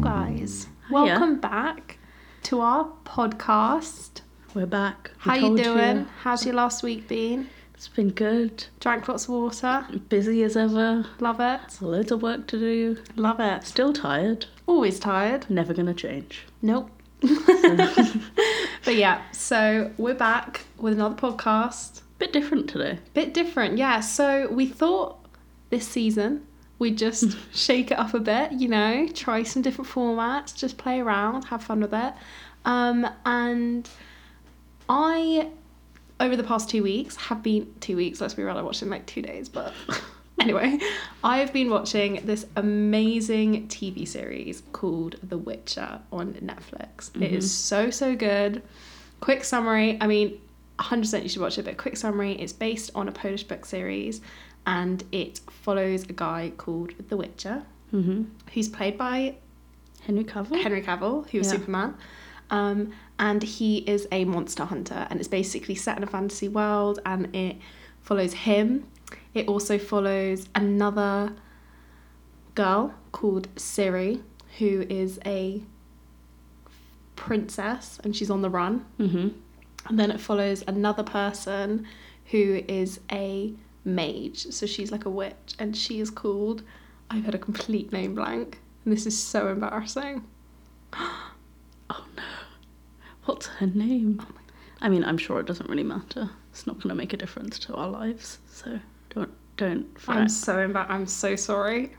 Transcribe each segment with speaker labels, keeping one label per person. Speaker 1: guys, welcome back to our podcast.
Speaker 2: We're back. We
Speaker 1: How you
Speaker 2: told
Speaker 1: doing? How's your last week been?
Speaker 2: It's been good.
Speaker 1: Drank lots of water.
Speaker 2: Busy as ever.
Speaker 1: Love it.
Speaker 2: Loads of work to do.
Speaker 1: Love it.
Speaker 2: Still tired.
Speaker 1: Always tired.
Speaker 2: Never gonna change.
Speaker 1: Nope. but yeah, so we're back with another podcast.
Speaker 2: Bit different today.
Speaker 1: Bit different, yeah. So we thought this season we'd just shake it up a bit, you know, try some different formats, just play around, have fun with it. Um, and I, over the past two weeks, have been two weeks. Let's be real, I watched it in like two days, but anyway, I have been watching this amazing TV series called The Witcher on Netflix. It is so so good. Quick summary. I mean, 100% you should watch it, but quick summary. It's based on a Polish book series, and it follows a guy called The Witcher,
Speaker 2: Mm-hmm.
Speaker 1: who's played by
Speaker 2: Henry Cavill.
Speaker 1: Henry Cavill, who was
Speaker 2: Yeah.
Speaker 1: Superman. Um, and he is a monster hunter, and it's basically set in a fantasy world, and it follows him. It also follows another girl called Siri, who is a princess, and she's on the run.
Speaker 2: Mm-hmm.
Speaker 1: And then it follows another person who is a mage. So she's like a witch and she is called I've had a complete name blank. And this is so embarrassing.
Speaker 2: What's her name? Oh I mean, I'm sure it doesn't really matter. It's not gonna make a difference to our lives. So don't don't
Speaker 1: I'm
Speaker 2: fret.
Speaker 1: so embar- I'm so sorry.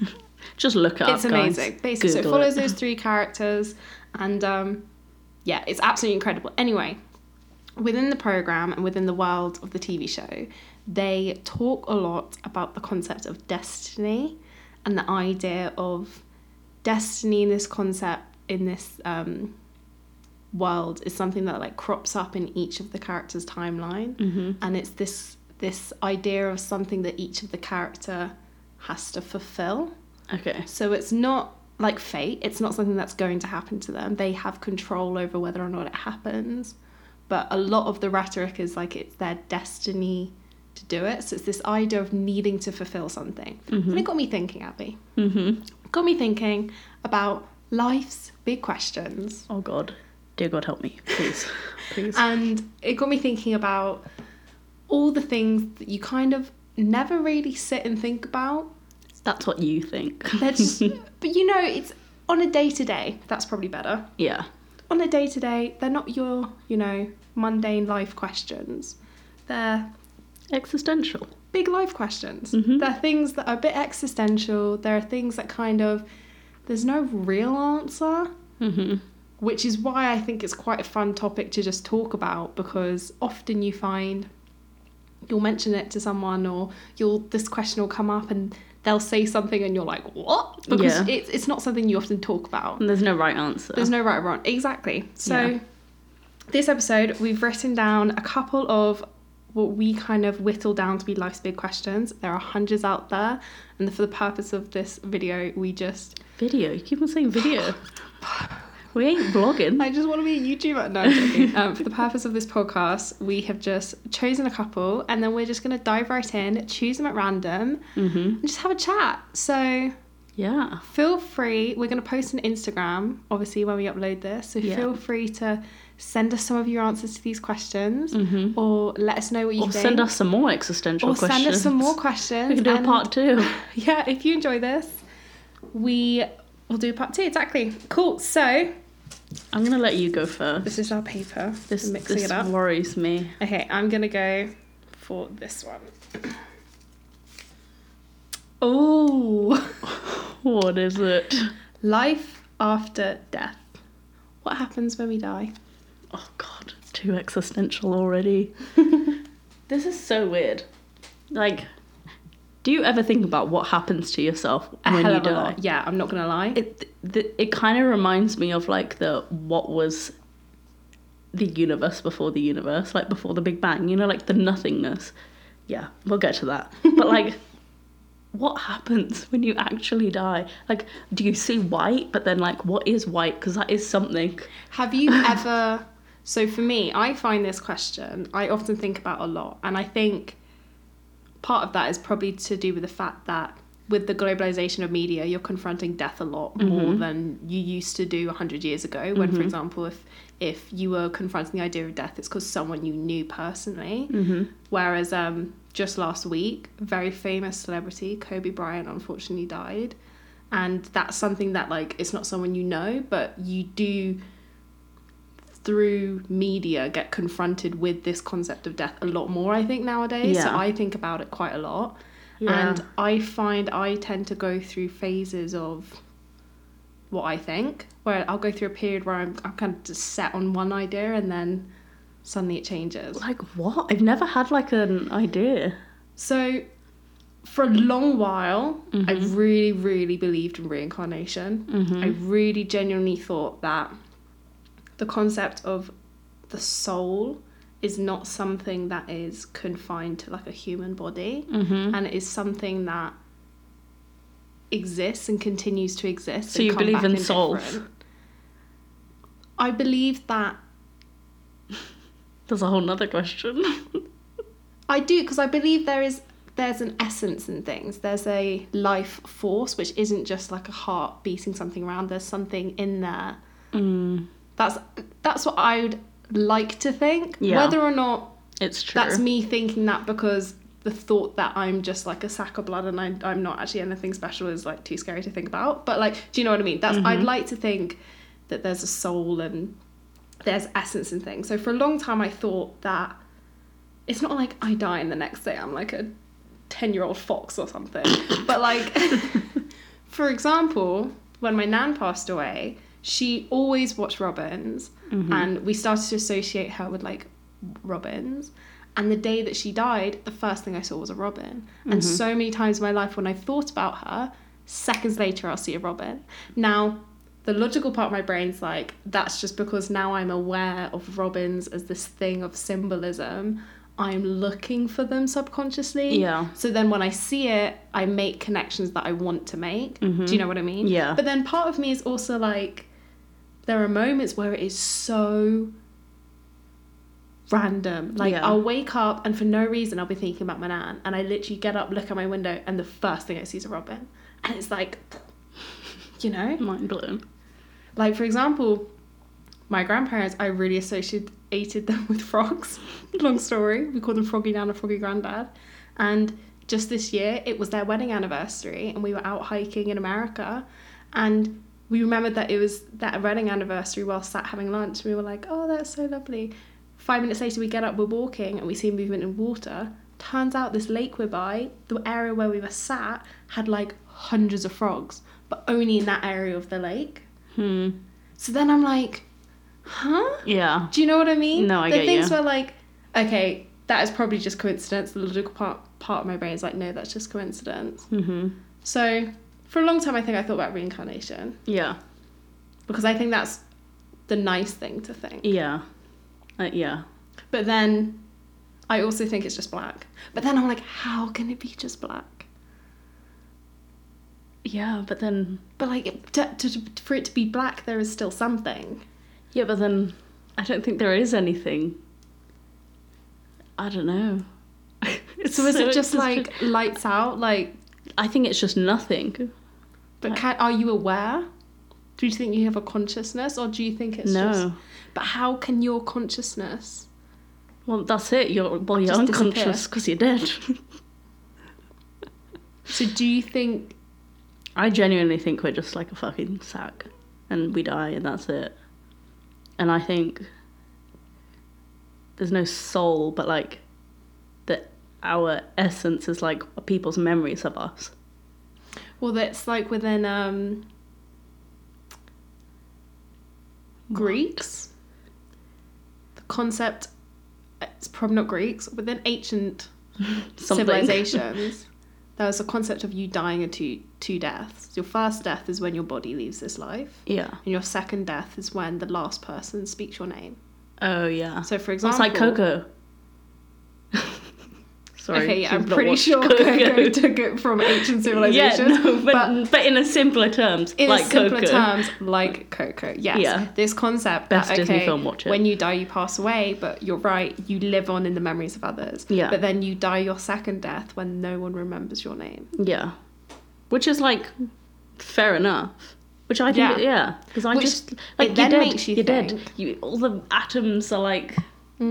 Speaker 2: Just look it up.
Speaker 1: it's
Speaker 2: guys.
Speaker 1: amazing. Basically, so it
Speaker 2: Google
Speaker 1: follows
Speaker 2: it.
Speaker 1: those three characters, and um, yeah, it's absolutely incredible. Anyway, within the program and within the world of the TV show, they talk a lot about the concept of destiny and the idea of destiny in this concept in this um, world is something that like crops up in each of the characters' timeline
Speaker 2: Mhm.
Speaker 1: and it's this this idea of something that each of the character has to fulfill
Speaker 2: Okay.
Speaker 1: so it's not like fate, it's not something that's going to happen to them. They have control over whether or not it happens. But a lot of the rhetoric is like it's their destiny to do it. So it's this idea of needing to fulfill something. And it got me thinking, Abby.
Speaker 2: Mm-hmm.
Speaker 1: Got me thinking about life's big questions.
Speaker 2: Oh God. Dear God, help me, please, please.
Speaker 1: And it got me thinking about all the things that you kind of never really sit and think about
Speaker 2: That's what you think.
Speaker 1: That's but you know, it's on a day to day. That's probably better.
Speaker 2: yeah.
Speaker 1: On a day to day, they're not your, you know, mundane life questions. They're
Speaker 2: Existential.
Speaker 1: big life questions.
Speaker 2: Mhm.
Speaker 1: They're things that are a bit existential. There are things that kind of there's no real answer,
Speaker 2: Mm-hmm.
Speaker 1: which is why I think it's quite a fun topic to just talk about because often you find you'll mention it to someone or you'll this question will come up and they'll say something and you're like, "What?" because
Speaker 2: Yeah.
Speaker 1: it's it's not something you often talk about.
Speaker 2: And there's no right answer.
Speaker 1: There's no right or wrong. Exactly. So,
Speaker 2: Yeah.
Speaker 1: this episode, we've written down a couple of what we kind of whittle down to be life's big questions. There are hundreds out there, and for the purpose of this video, we just.
Speaker 2: Video. You keep on saying video. we ain't vlogging.
Speaker 1: I just want to be a YouTuber. No, I'm joking. um, for the purpose of this podcast, we have just chosen a couple, and then we're just going to dive right in, choose them at random,
Speaker 2: Mm-hmm.
Speaker 1: and just have a chat. So,
Speaker 2: Yeah.
Speaker 1: feel free we're going to post on instagram obviously when we upload this so
Speaker 2: Yeah.
Speaker 1: feel free to send us some of your answers to these questions
Speaker 2: Mm-hmm.
Speaker 1: or let us know what you
Speaker 2: Or
Speaker 1: think
Speaker 2: send us some more existential
Speaker 1: or send
Speaker 2: questions.
Speaker 1: us some more questions
Speaker 2: We can do a
Speaker 1: and-
Speaker 2: part two.
Speaker 1: yeah if you enjoy this we will do part two exactly cool so
Speaker 2: I'm gonna let you go first.
Speaker 1: this is our paper
Speaker 2: This
Speaker 1: I'm mixing
Speaker 2: this
Speaker 1: it up
Speaker 2: worries me.
Speaker 1: okay i'm gonna go for this one oh
Speaker 2: What is it?
Speaker 1: life after death what happens when we die
Speaker 2: Oh God, too existential already. this is so weird. Like, do you ever think about what happens to yourself
Speaker 1: a
Speaker 2: when
Speaker 1: hell
Speaker 2: you
Speaker 1: of a
Speaker 2: die?
Speaker 1: lot. Yeah, I'm not gonna lie.
Speaker 2: it th- it kind of reminds me of like the what was the universe before the universe like before the big bang you know like the nothingness yeah we'll get to that but like what happens when you actually die like do you see white but then like what is white because that is something
Speaker 1: Have you ever? So for me, I find this question I often think about a lot, and I think part of that is probably to do with the fact that with the globalization of media, you're confronting death a lot more than you used to do 100 years ago. When, for example, if if you were confronting the idea of death, it's because someone you knew personally. Whereas um, just last week, a very famous celebrity Kobe Bryant unfortunately died, and that's something that like it's not someone you know, but you do through media get confronted with this concept of death a lot more. I think nowadays, so
Speaker 2: Yeah.
Speaker 1: I think about it quite a lot.
Speaker 2: Yeah.
Speaker 1: And I find I tend to go through phases of what I think, where I'll go through a period where I'm, I'm kind of just set on one idea and then suddenly it changes.
Speaker 2: Like what? I've never had like an idea.
Speaker 1: So, for a long while, I
Speaker 2: Mm-hmm.
Speaker 1: really, really believed in reincarnation. I really genuinely thought that the concept of the soul is not something that is confined to like a human body
Speaker 2: Mm-hmm.
Speaker 1: and it is something that exists and continues to exist.
Speaker 2: So
Speaker 1: and
Speaker 2: you
Speaker 1: come
Speaker 2: believe
Speaker 1: back
Speaker 2: in
Speaker 1: in
Speaker 2: souls?
Speaker 1: different- I believe that
Speaker 2: There's a whole nother question.
Speaker 1: I do because I believe there is there's an essence in things. There's a life force which isn't just like a heart beating something around. There's something in there.
Speaker 2: mm,
Speaker 1: That's that's what I would like to think.
Speaker 2: Yeah.
Speaker 1: Whether or not
Speaker 2: it's true.
Speaker 1: that's me thinking that because the thought that I'm just like a sack of blood and I, I'm not actually anything special is like too scary to think about. But like, do you know what I mean? That's I'd like to think that there's a soul and there's essence in things. So for a long time, I thought that it's not like I die and the next day I'm like a ten year old fox or something. but like, for example, when my nan passed away, she always watched Robins, and we started to associate her with like robins. And the day that she died, the first thing I saw was a robin. And so many times in my life, when I've thought about her, seconds later I'll see a robin. Now, the logical part of my brain's like, that's just because now I'm aware of robins as this thing of symbolism. I'm looking for them subconsciously.
Speaker 2: Yeah.
Speaker 1: So then when I see it, I make connections that I want to make. Do you know what I mean?
Speaker 2: Mm-hmm. Yeah.
Speaker 1: But then part of me is also like, there are moments where it is so random. Like
Speaker 2: Yeah.
Speaker 1: I'll wake up and for no reason I'll be thinking about my nan, and I literally get up, look out my window, and the first thing I see is a robin, and it's like, you know,
Speaker 2: Mind blown.
Speaker 1: like for example, my grandparents I really associated them with frogs. Long story, we call them Froggy Nan and Froggy Granddad, and just this year it was their wedding anniversary, and we were out hiking in America, and we remembered that it was that wedding anniversary while sat having lunch. We were like, oh, that's so lovely. Five minutes later, we get up, we're walking, and we see movement in water. Turns out this lake we're by, the area where we were sat, had like hundreds of frogs, but only in that area of the lake.
Speaker 2: Hmm.
Speaker 1: So then I'm like, huh?
Speaker 2: Yeah.
Speaker 1: Do you know what I mean?
Speaker 2: No, I
Speaker 1: the
Speaker 2: get
Speaker 1: things
Speaker 2: you.
Speaker 1: were like, okay, that is probably just coincidence. The logical part part of my brain is like, no, that's just coincidence.
Speaker 2: Mm-hmm.
Speaker 1: So for a long time, I think I thought about reincarnation
Speaker 2: Yeah.
Speaker 1: because I think that's the nice thing to think.
Speaker 2: Yeah. Uh, yeah.
Speaker 1: But then I also think it's just black. But then I'm like, how can it be just black?
Speaker 2: Yeah. But then.
Speaker 1: But like, to, to, for it to be black, there is still something.
Speaker 2: Yeah. But then. I don't think there is anything. I don't know. It's
Speaker 1: So is it
Speaker 2: it's
Speaker 1: just like lights out? Like,
Speaker 2: I think it's just nothing.
Speaker 1: But
Speaker 2: Like-
Speaker 1: can, are you aware? Do you think you have a consciousness, or do you think it's
Speaker 2: no.
Speaker 1: just? But how can your consciousness?
Speaker 2: Well, that's it. You're well, you're
Speaker 1: Just disappear.
Speaker 2: unconscious because you're dead.
Speaker 1: So do you think?
Speaker 2: I genuinely think we're just like a fucking sack, and we die, and that's it. And I think there's no soul, but like that our essence is like people's memories of us.
Speaker 1: Well, that's like within um, Greeks. The concept. It's probably not Greeks. Within ancient
Speaker 2: Something.
Speaker 1: civilizations, there was a concept of you dying a two two deaths. Your first death is when your body leaves this life,
Speaker 2: Yeah.
Speaker 1: and your second death is when the last person speaks your name.
Speaker 2: Oh yeah.
Speaker 1: So, for
Speaker 2: It's
Speaker 1: example,
Speaker 2: like Coco. Sorry.
Speaker 1: okay, yeah,
Speaker 2: she's
Speaker 1: I'm
Speaker 2: not
Speaker 1: pretty
Speaker 2: watched
Speaker 1: sure Coco. took it from ancient
Speaker 2: Yeah,
Speaker 1: civilizations,
Speaker 2: no, but,
Speaker 1: but
Speaker 2: but in a simpler terms,
Speaker 1: in
Speaker 2: like
Speaker 1: simpler
Speaker 2: Coco.
Speaker 1: terms, like Coco. Yes,
Speaker 2: Yeah.
Speaker 1: this concept
Speaker 2: Best
Speaker 1: that
Speaker 2: Disney
Speaker 1: okay,
Speaker 2: film, watch it.
Speaker 1: when you die, you pass away, but you're right, you live on in the memories of others.
Speaker 2: Yeah.
Speaker 1: but then you die your second death when no one remembers your name.
Speaker 2: Yeah. which is like fair enough. Which I
Speaker 1: Yeah.
Speaker 2: think, yeah, because I
Speaker 1: Which
Speaker 2: just
Speaker 1: it
Speaker 2: like you're
Speaker 1: then
Speaker 2: dead.
Speaker 1: makes you
Speaker 2: you're dead.
Speaker 1: think.
Speaker 2: You, all the atoms are like
Speaker 1: But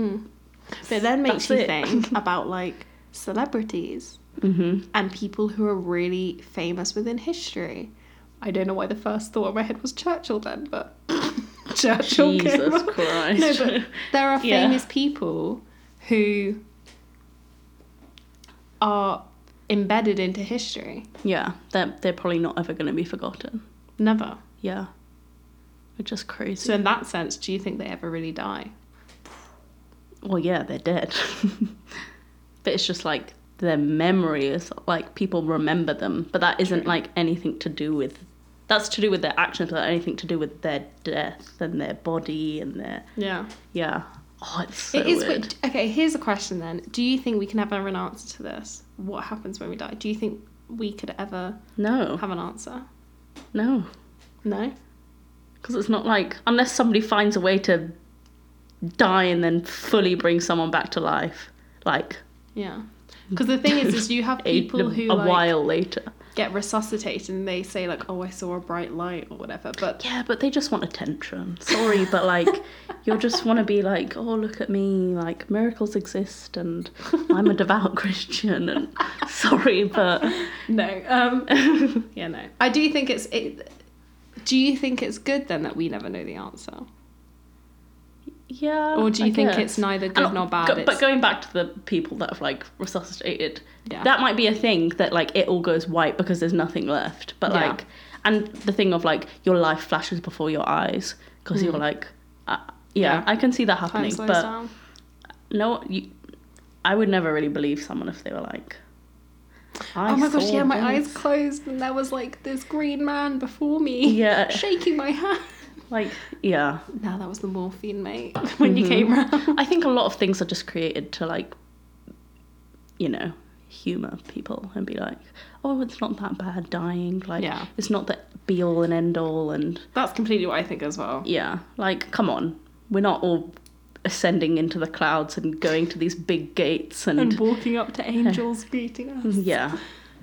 Speaker 1: it then makes
Speaker 2: Hmm. That's
Speaker 1: you
Speaker 2: it.
Speaker 1: think about like celebrities and people who are really famous within history. I don't know why the first thought in my head was Churchill then, but Churchill. came
Speaker 2: Jesus
Speaker 1: up.
Speaker 2: Christ.
Speaker 1: No, but there are
Speaker 2: Yeah.
Speaker 1: famous people who are embedded into history.
Speaker 2: yeah, they're they're probably not ever going to be forgotten.
Speaker 1: Never.
Speaker 2: Yeah, which is crazy.
Speaker 1: So in that sense, do you think they ever really die?
Speaker 2: well, yeah, they're dead. but it's just like their memory is like people remember them, but that isn't
Speaker 1: True.
Speaker 2: like anything to do with. That's to do with their actions, but anything to do with their death and their body and their
Speaker 1: Yeah.
Speaker 2: yeah. Oh, it's so
Speaker 1: It is
Speaker 2: weird.
Speaker 1: weird. Okay, here's a question then. Do you think we can ever an answer to this? What happens when we die? Do you think we could ever
Speaker 2: No,
Speaker 1: have an answer?
Speaker 2: no,
Speaker 1: No.
Speaker 2: because it's not like unless somebody finds a way to die and then fully bring someone back to life, like
Speaker 1: Yeah. Because the thing is, is you have
Speaker 2: a,
Speaker 1: people who
Speaker 2: a
Speaker 1: like,
Speaker 2: while later.
Speaker 1: get resuscitated and they say like, "Oh, I saw a bright light" or whatever. But
Speaker 2: Yeah, but they just want attention. Sorry, but like, you'll just want to be like, oh, look at me, like, miracles exist, and I'm a devout Christian, and sorry, but.
Speaker 1: no. Um, yeah, no. I do think it's. It, do you think it's good then that we never know the answer,
Speaker 2: Yeah.
Speaker 1: or do
Speaker 2: I
Speaker 1: you think
Speaker 2: guess.
Speaker 1: it's neither good
Speaker 2: And
Speaker 1: nor bad?
Speaker 2: go-
Speaker 1: it's,
Speaker 2: but going back to the people that have like resuscitated,
Speaker 1: Yeah.
Speaker 2: that might be a thing that like it all goes white because there's nothing left. But
Speaker 1: Yeah.
Speaker 2: like, and the thing of like your life flashes before your eyes because you're like, uh, yeah,
Speaker 1: Mm. Yeah.
Speaker 2: I can see that
Speaker 1: time
Speaker 2: happening.
Speaker 1: slows
Speaker 2: But
Speaker 1: down.
Speaker 2: no, you, I would never really believe someone if they were like, I
Speaker 1: oh my gosh!
Speaker 2: saw
Speaker 1: Yeah, my
Speaker 2: this.
Speaker 1: eyes closed and there was like this green man before me.
Speaker 2: Yeah.
Speaker 1: shaking my hand.
Speaker 2: Like, yeah.
Speaker 1: No, that was the morphine, mate. When you came round.
Speaker 2: Mm-hmm. I think a lot of things are just created to like, you know, humor people and be like, oh, it's not that bad dying. Like,
Speaker 1: Yeah.
Speaker 2: it's not the be all and end all, and
Speaker 1: That's completely what I think as well.
Speaker 2: yeah, like, come on, we're not all ascending into the clouds and going to these big gates and,
Speaker 1: And walking up to angels greeting us.
Speaker 2: yeah,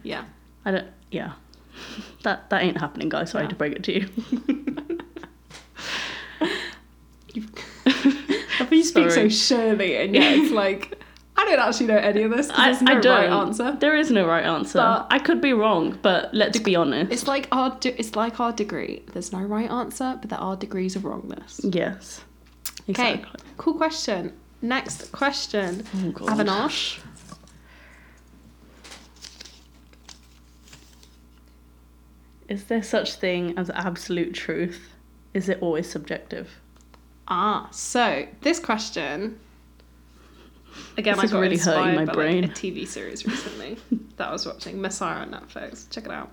Speaker 1: Yeah.
Speaker 2: I don't, yeah, that that ain't happening, guys. Sorry
Speaker 1: Yeah.
Speaker 2: to break it to you.
Speaker 1: I think you speak so
Speaker 2: Sorry.
Speaker 1: surely, and yeah, it's like I don't actually know any of this. 'cause
Speaker 2: I,
Speaker 1: there's no
Speaker 2: I don't.
Speaker 1: right answer.
Speaker 2: There is no right answer.
Speaker 1: But-
Speaker 2: I could be wrong, but let's be honest.
Speaker 1: It's like our de- it's like our degree. There's no right answer, but there are degrees of wrongness.
Speaker 2: Yes.
Speaker 1: Okay,
Speaker 2: Exactly.
Speaker 1: cool question. Next question,
Speaker 2: Oh, God.
Speaker 1: Avinash.
Speaker 2: Is there such thing as absolute truth? Is it always subjective?
Speaker 1: Ah, so this question. Again,
Speaker 2: This
Speaker 1: I
Speaker 2: is
Speaker 1: got
Speaker 2: really hurting
Speaker 1: inspired
Speaker 2: my
Speaker 1: by
Speaker 2: brain.
Speaker 1: Like, a TV series recently that I was watching, Messiah on Netflix. Check it out.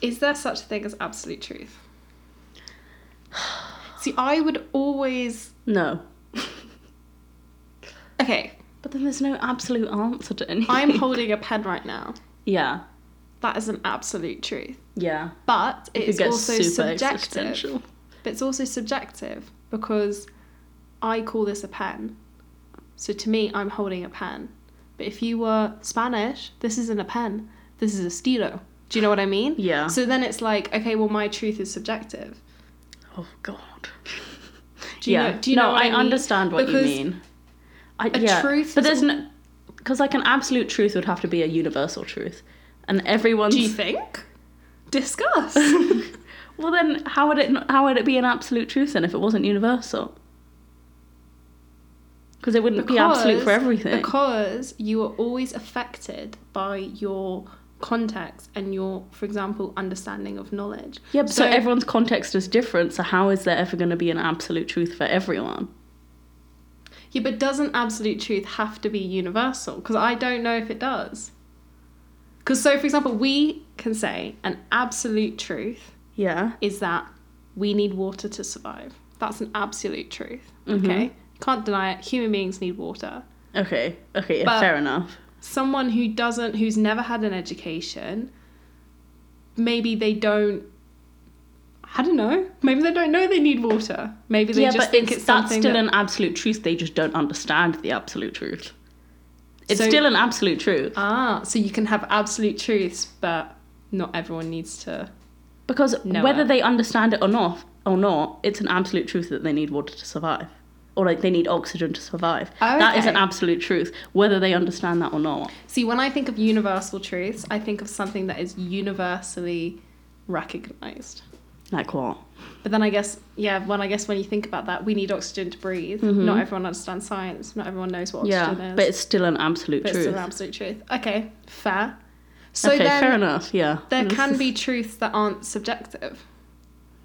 Speaker 1: Is there such a thing as absolute truth? See, I would always.
Speaker 2: No.
Speaker 1: Okay,
Speaker 2: But then there's no absolute answer to anything.
Speaker 1: I'm holding a pen right now.
Speaker 2: yeah.
Speaker 1: That is an absolute truth,
Speaker 2: Yeah.
Speaker 1: but
Speaker 2: It
Speaker 1: it's
Speaker 2: gets
Speaker 1: also subjective.
Speaker 2: existential.
Speaker 1: But it's also subjective because I call this a pen. So to me, I'm holding a pen. But if you were Spanish, this isn't a pen. This is a stilo. Do you know what I mean?
Speaker 2: Yeah.
Speaker 1: So then it's like, okay, well, my truth is subjective.
Speaker 2: oh God.
Speaker 1: Do you
Speaker 2: yeah.
Speaker 1: know? Do you
Speaker 2: no,
Speaker 1: know what I,
Speaker 2: I,
Speaker 1: mean?
Speaker 2: understand what
Speaker 1: Because
Speaker 2: you mean. I,
Speaker 1: a
Speaker 2: yeah.
Speaker 1: truth
Speaker 2: but
Speaker 1: is
Speaker 2: there's no because like an absolute truth would have to be a universal truth, and everyone's.
Speaker 1: Do you think? Discuss.
Speaker 2: well, then how would it how would it be an absolute truth then if it wasn't universal? Because it wouldn't be absolute for
Speaker 1: Because-
Speaker 2: everything.
Speaker 1: Because you are always affected by your context and your, for example, understanding of knowledge.
Speaker 2: Yeah, but so, everyone's context is different. So how is there ever going to be an absolute truth for everyone?
Speaker 1: Yeah, but doesn't absolute truth have to be universal? Because I don't know if it does. Because, so for example, we can say an absolute truth
Speaker 2: Yeah.
Speaker 1: is that we need water to survive. That's an absolute truth.
Speaker 2: Mm-hmm.
Speaker 1: Okay? You can't deny it. Human beings need water.
Speaker 2: Okay. Okay. Yeah,
Speaker 1: But-
Speaker 2: fair enough.
Speaker 1: Someone who doesn't, who's never had an education, maybe they don't. I don't know. Maybe they don't know they need water. Maybe they
Speaker 2: yeah,
Speaker 1: just
Speaker 2: but
Speaker 1: think
Speaker 2: it's,
Speaker 1: it's,
Speaker 2: that's
Speaker 1: something
Speaker 2: still
Speaker 1: that-
Speaker 2: an absolute truth. They just don't understand the absolute truth. It's
Speaker 1: So-
Speaker 2: still an absolute truth.
Speaker 1: Ah, so you can have absolute truths, but not everyone needs to.
Speaker 2: Because
Speaker 1: No,
Speaker 2: whether
Speaker 1: uh,
Speaker 2: they understand it or not, or not, it's an absolute truth that they need water to survive, or like they need oxygen to survive. That is
Speaker 1: Oh, Okay.
Speaker 2: an absolute truth, whether they understand that or not.
Speaker 1: See, when I think of universal truths, I think of something that is universally recognized.
Speaker 2: Like what?
Speaker 1: But then I guess, yeah, when I guess when you think about that, we need oxygen to breathe.
Speaker 2: Mhm.
Speaker 1: Not everyone understands science. Not everyone knows what
Speaker 2: yeah,
Speaker 1: oxygen is.
Speaker 2: but it's still an absolute
Speaker 1: But it's
Speaker 2: truth.
Speaker 1: an absolute truth. Okay, fair. So
Speaker 2: okay,
Speaker 1: then
Speaker 2: fair enough. Yeah,
Speaker 1: there
Speaker 2: This
Speaker 1: can
Speaker 2: is-
Speaker 1: be truths that aren't subjective.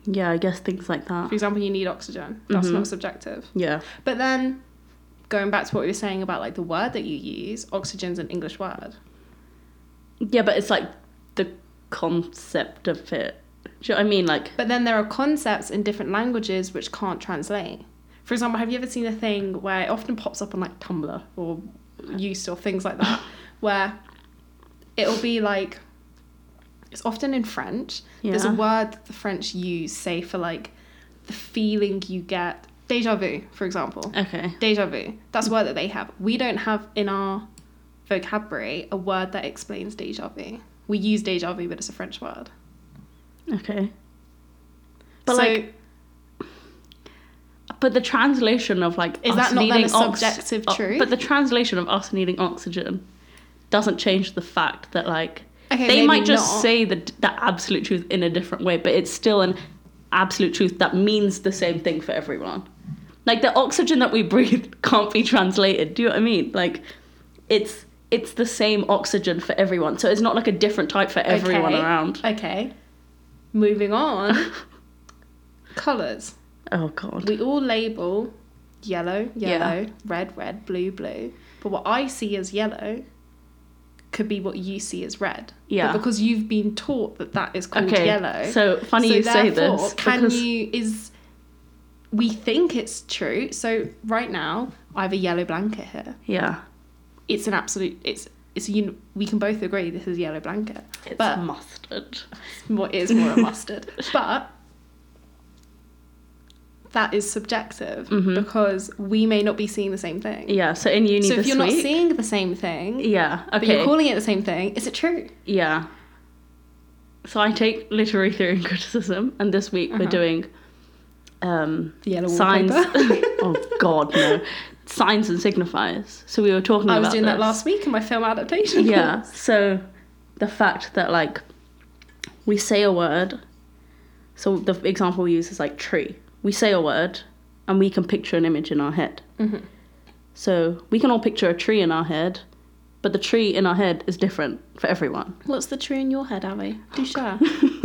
Speaker 2: Yeah, I guess things like that.
Speaker 1: For example, you need oxygen. That's
Speaker 2: Mhm.
Speaker 1: not subjective.
Speaker 2: Yeah,
Speaker 1: But then going back to what we were saying about like the word that you use, oxygen's an English word.
Speaker 2: yeah, but it's like the concept of it. Do you know what I mean? Like,
Speaker 1: But then there are concepts in different languages which can't translate. For example, have you ever seen a thing where it often pops up on like Tumblr or used or things like that, where it'll be like it's often in French. There's a
Speaker 2: Yeah.
Speaker 1: word that the French use, say for like the feeling you get. Deja vu, for example.
Speaker 2: okay,
Speaker 1: Deja vu. That's a word that they have. We don't have in our vocabulary a word that explains deja vu. We use deja vu, but it's a French word.
Speaker 2: okay. But
Speaker 1: so,
Speaker 2: like, But the translation of like
Speaker 1: Is
Speaker 2: us
Speaker 1: that not then a
Speaker 2: needing ox-
Speaker 1: subjective
Speaker 2: o-
Speaker 1: truth?
Speaker 2: But the translation of us needing oxygen doesn't change the fact that like
Speaker 1: okay,
Speaker 2: they
Speaker 1: maybe
Speaker 2: might just
Speaker 1: not.
Speaker 2: say the the absolute truth in a different way, but it's still an absolute truth that means the same thing for everyone. Like the oxygen that we breathe can't be translated. Do you know what I mean? Like it's it's the same oxygen for everyone, so it's not like a different type for everyone
Speaker 1: Okay.
Speaker 2: around.
Speaker 1: Okay. Moving on. Colours.
Speaker 2: Oh god.
Speaker 1: We all label yellow, yellow,
Speaker 2: Yeah.
Speaker 1: red, red, blue, blue. But what I see as yellow could be what you see as red.
Speaker 2: Yeah.
Speaker 1: But because you've been taught that that is called
Speaker 2: okay.
Speaker 1: yellow.
Speaker 2: So funny
Speaker 1: so
Speaker 2: you say
Speaker 1: therefore,
Speaker 2: this.
Speaker 1: Can
Speaker 2: because-
Speaker 1: you is we think it's true. So right now I have a yellow blanket here.
Speaker 2: Yeah.
Speaker 1: It's an absolute. It's it's a uni- we can both agree this is a yellow blanket.
Speaker 2: It's
Speaker 1: But-
Speaker 2: mustard.
Speaker 1: More it is more a mustard, but that is subjective
Speaker 2: Mhm.
Speaker 1: because we may not be seeing the same thing.
Speaker 2: Yeah, so in uni
Speaker 1: so if
Speaker 2: this
Speaker 1: you're not
Speaker 2: week.
Speaker 1: seeing the same thing,
Speaker 2: yeah,
Speaker 1: but you're
Speaker 2: okay.
Speaker 1: calling it the same thing, is it true?
Speaker 2: yeah. So I take literary theory and criticism, and this week
Speaker 1: Uh-huh.
Speaker 2: we're doing um,
Speaker 1: Yellow
Speaker 2: signs.
Speaker 1: wallpaper.
Speaker 2: oh God, no! Signs and signifiers. So we were talking.
Speaker 1: I was
Speaker 2: about
Speaker 1: doing that
Speaker 2: this.
Speaker 1: last week in my film adaptation.
Speaker 2: yeah.
Speaker 1: course.
Speaker 2: So the fact that like we say a word. So the example we use is like tree. We say a word, and we can picture an image in our head.
Speaker 1: Mhm.
Speaker 2: So we can all picture a tree in our head, but the tree in our head is different for everyone.
Speaker 1: What's the tree in your head, Abby? Do share.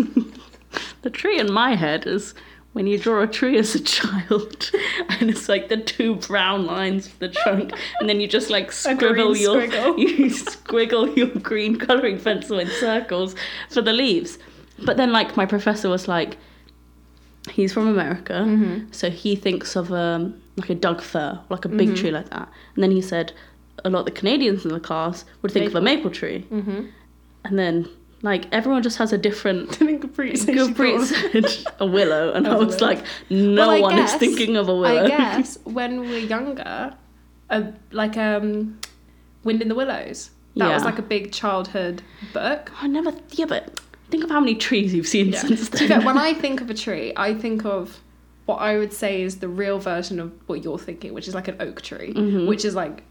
Speaker 2: The tree in my head is when you draw a tree as a child, and it's like the two brown lines for the trunk, and then you just like scribble
Speaker 1: green
Speaker 2: your
Speaker 1: squiggle.
Speaker 2: you squiggle your green coloring pencil in circles for the leaves. But then, like my professor was like, he's from America,
Speaker 1: Mm-hmm.
Speaker 2: so he thinks of um, like a Doug fir, like a
Speaker 1: Mm-hmm.
Speaker 2: big tree like that. And then he said, a lot of the Canadians in the class would think of a maple tree,
Speaker 1: Mm-hmm.
Speaker 2: and then like everyone just has a different
Speaker 1: Didn't Capri say she
Speaker 2: Capri
Speaker 1: thought-
Speaker 2: said a willow, and
Speaker 1: A
Speaker 2: I was
Speaker 1: willow.
Speaker 2: like, no
Speaker 1: Well, I
Speaker 2: one
Speaker 1: guess-
Speaker 2: is thinking of a willow.
Speaker 1: I guess when we were younger, a, like um, Wind in the Willows. That was
Speaker 2: Yeah.
Speaker 1: like a big childhood book.
Speaker 2: I never. Yeah, but think of how many trees you've seen
Speaker 1: Yeah. To
Speaker 2: since
Speaker 1: be fair,
Speaker 2: then.
Speaker 1: when I think of a tree, I think of what I would say is the real version of what you're thinking, which is like an oak tree,
Speaker 2: Mhm.
Speaker 1: which is like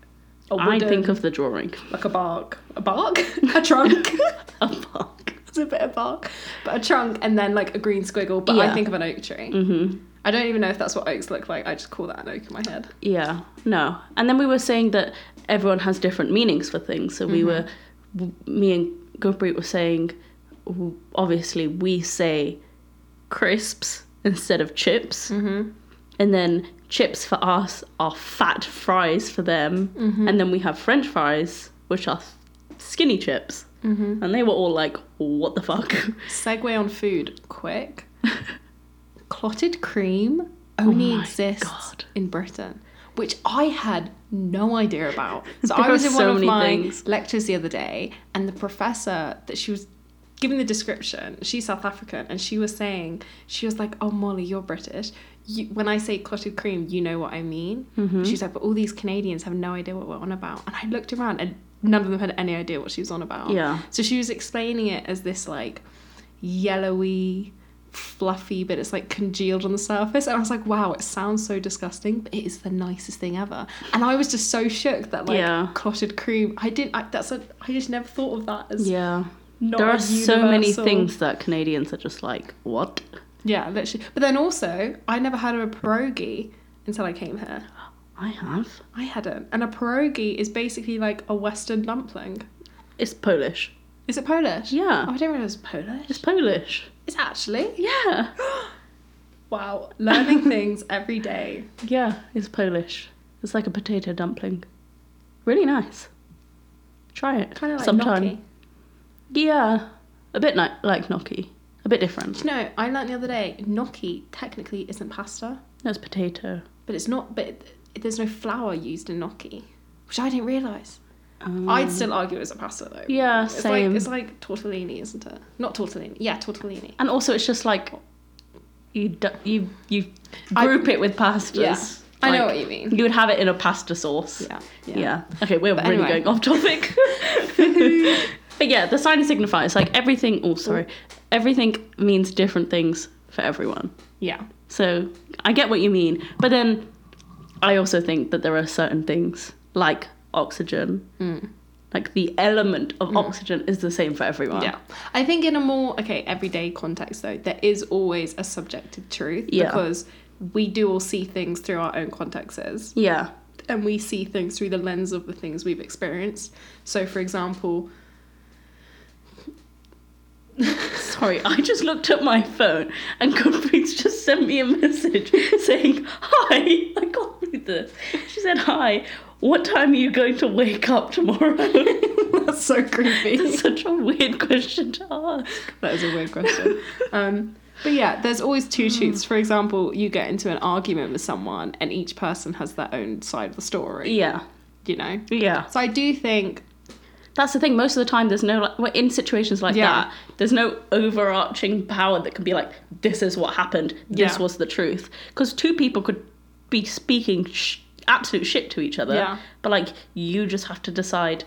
Speaker 1: a
Speaker 2: I
Speaker 1: wooden,
Speaker 2: think of the drawing.
Speaker 1: like a bark, a bark, a trunk.
Speaker 2: A park.
Speaker 1: it's a bit of bark, but a trunk, and then like a green squiggle. But I
Speaker 2: Yeah.
Speaker 1: think of an oak tree.
Speaker 2: Mm-hmm.
Speaker 1: I don't even know if that's what oaks look like. I just call that an oak in my head.
Speaker 2: Yeah. No. And then we were saying that everyone has different meanings for things. So
Speaker 1: Mm-hmm.
Speaker 2: we were, w- me and Gurpreet were saying, w- obviously we say crisps instead of chips.
Speaker 1: Mm-hmm.
Speaker 2: and then chips for us are fat fries for them
Speaker 1: Mm-hmm.
Speaker 2: and then we have french fries which are skinny chips
Speaker 1: Mm-hmm.
Speaker 2: and they were all like what the fuck
Speaker 1: Segue on food, quick. Clotted cream only
Speaker 2: Oh my
Speaker 1: exists
Speaker 2: God.
Speaker 1: in Britain, which I had no idea about. So I
Speaker 2: There
Speaker 1: was
Speaker 2: are
Speaker 1: in
Speaker 2: so
Speaker 1: one of
Speaker 2: many
Speaker 1: my
Speaker 2: things.
Speaker 1: lectures the other day, and the professor that she was giving the description, she's South African, and she was saying, she was like, "Oh Molly, you're British. you, when I say clotted cream, you know what I mean.
Speaker 2: Mm-hmm.
Speaker 1: She's like, but all these Canadians have no idea what we're on about. And I looked around and none of them had any idea what she was on about.
Speaker 2: Yeah.
Speaker 1: So she was explaining it as this like yellowy, fluffy, but it's like congealed on the surface. And I was like, wow, it sounds so disgusting, but it is the nicest thing ever. And I was just so shook that like
Speaker 2: Yeah.
Speaker 1: clotted cream. I didn't. I, that's a. I just never thought of that as.
Speaker 2: Yeah.
Speaker 1: Not
Speaker 2: there
Speaker 1: a
Speaker 2: are so many
Speaker 1: universal-
Speaker 2: things that Canadians are just like, what?
Speaker 1: Yeah, literally. But then also, I never heard of a pierogi until I came here.
Speaker 2: I have.
Speaker 1: I hadn't. And a pierogi is basically like a Western dumpling.
Speaker 2: It's Polish.
Speaker 1: Is it Polish?
Speaker 2: Yeah.
Speaker 1: Oh, I didn't realize it was Polish.
Speaker 2: It's Polish.
Speaker 1: It's actually.
Speaker 2: Yeah.
Speaker 1: Wow. Learning things every day.
Speaker 2: Yeah, it's Polish. It's like a potato dumpling. Really nice. Try it
Speaker 1: Kind of like
Speaker 2: sometime.
Speaker 1: gnocchi.
Speaker 2: Yeah. A bit ni- like gnocchi. A bit different.
Speaker 1: Do you know, I learned the other day, gnocchi technically isn't pasta,
Speaker 2: No, it's potato.
Speaker 1: but it's not, but it, there's no flour used in gnocchi, which I didn't realise. I'd still argue it's a pasta though.
Speaker 2: Um, Mm. Yeah,
Speaker 1: It's
Speaker 2: same.
Speaker 1: like it's like tortellini, isn't it? Not tortellini. Yeah, tortellini.
Speaker 2: And also, it's just like you du- you you group it with pastas.
Speaker 1: Yeah. I know
Speaker 2: Like,
Speaker 1: what you mean.
Speaker 2: You would have it in a pasta sauce.
Speaker 1: Yeah.
Speaker 2: Yeah. Okay, we're
Speaker 1: But
Speaker 2: really
Speaker 1: anyway.
Speaker 2: going off topic. but yeah, the sign signifies like everything. Oh, sorry, everything means different things for everyone.
Speaker 1: Yeah.
Speaker 2: So I get what you mean, but then I also think that there are certain things like oxygen,
Speaker 1: Mm.
Speaker 2: like the element of oxygen is the same for everyone.
Speaker 1: Yeah. I think in a more okay, everyday context though, there is always a subjective truth
Speaker 2: Yeah.
Speaker 1: because we do all see things through our own contexts
Speaker 2: Yeah.
Speaker 1: and we see things through the lens of the things we've experienced. So for example,
Speaker 2: Sorry, I just looked at my phone and Goodreads just sent me a message saying, Hi, I can't read this. She said, Hi, what time are you going to wake up tomorrow?
Speaker 1: that's so creepy.
Speaker 2: It's such a weird question to ask.
Speaker 1: that is a weird question. Um but yeah, there's always two
Speaker 2: Mm.
Speaker 1: truths. For example, you get into an argument with someone and each person has their own side of the story,
Speaker 2: Yeah,
Speaker 1: you know.
Speaker 2: yeah.
Speaker 1: So I do think
Speaker 2: That's the thing, most of the time, there's no, like, well, in situations like
Speaker 1: Yeah.
Speaker 2: that, there's no overarching power that can be like, This is what happened, this
Speaker 1: Yeah.
Speaker 2: was the truth. Because two people could be speaking sh- absolute shit to each other,
Speaker 1: Yeah.
Speaker 2: but like, you just have to decide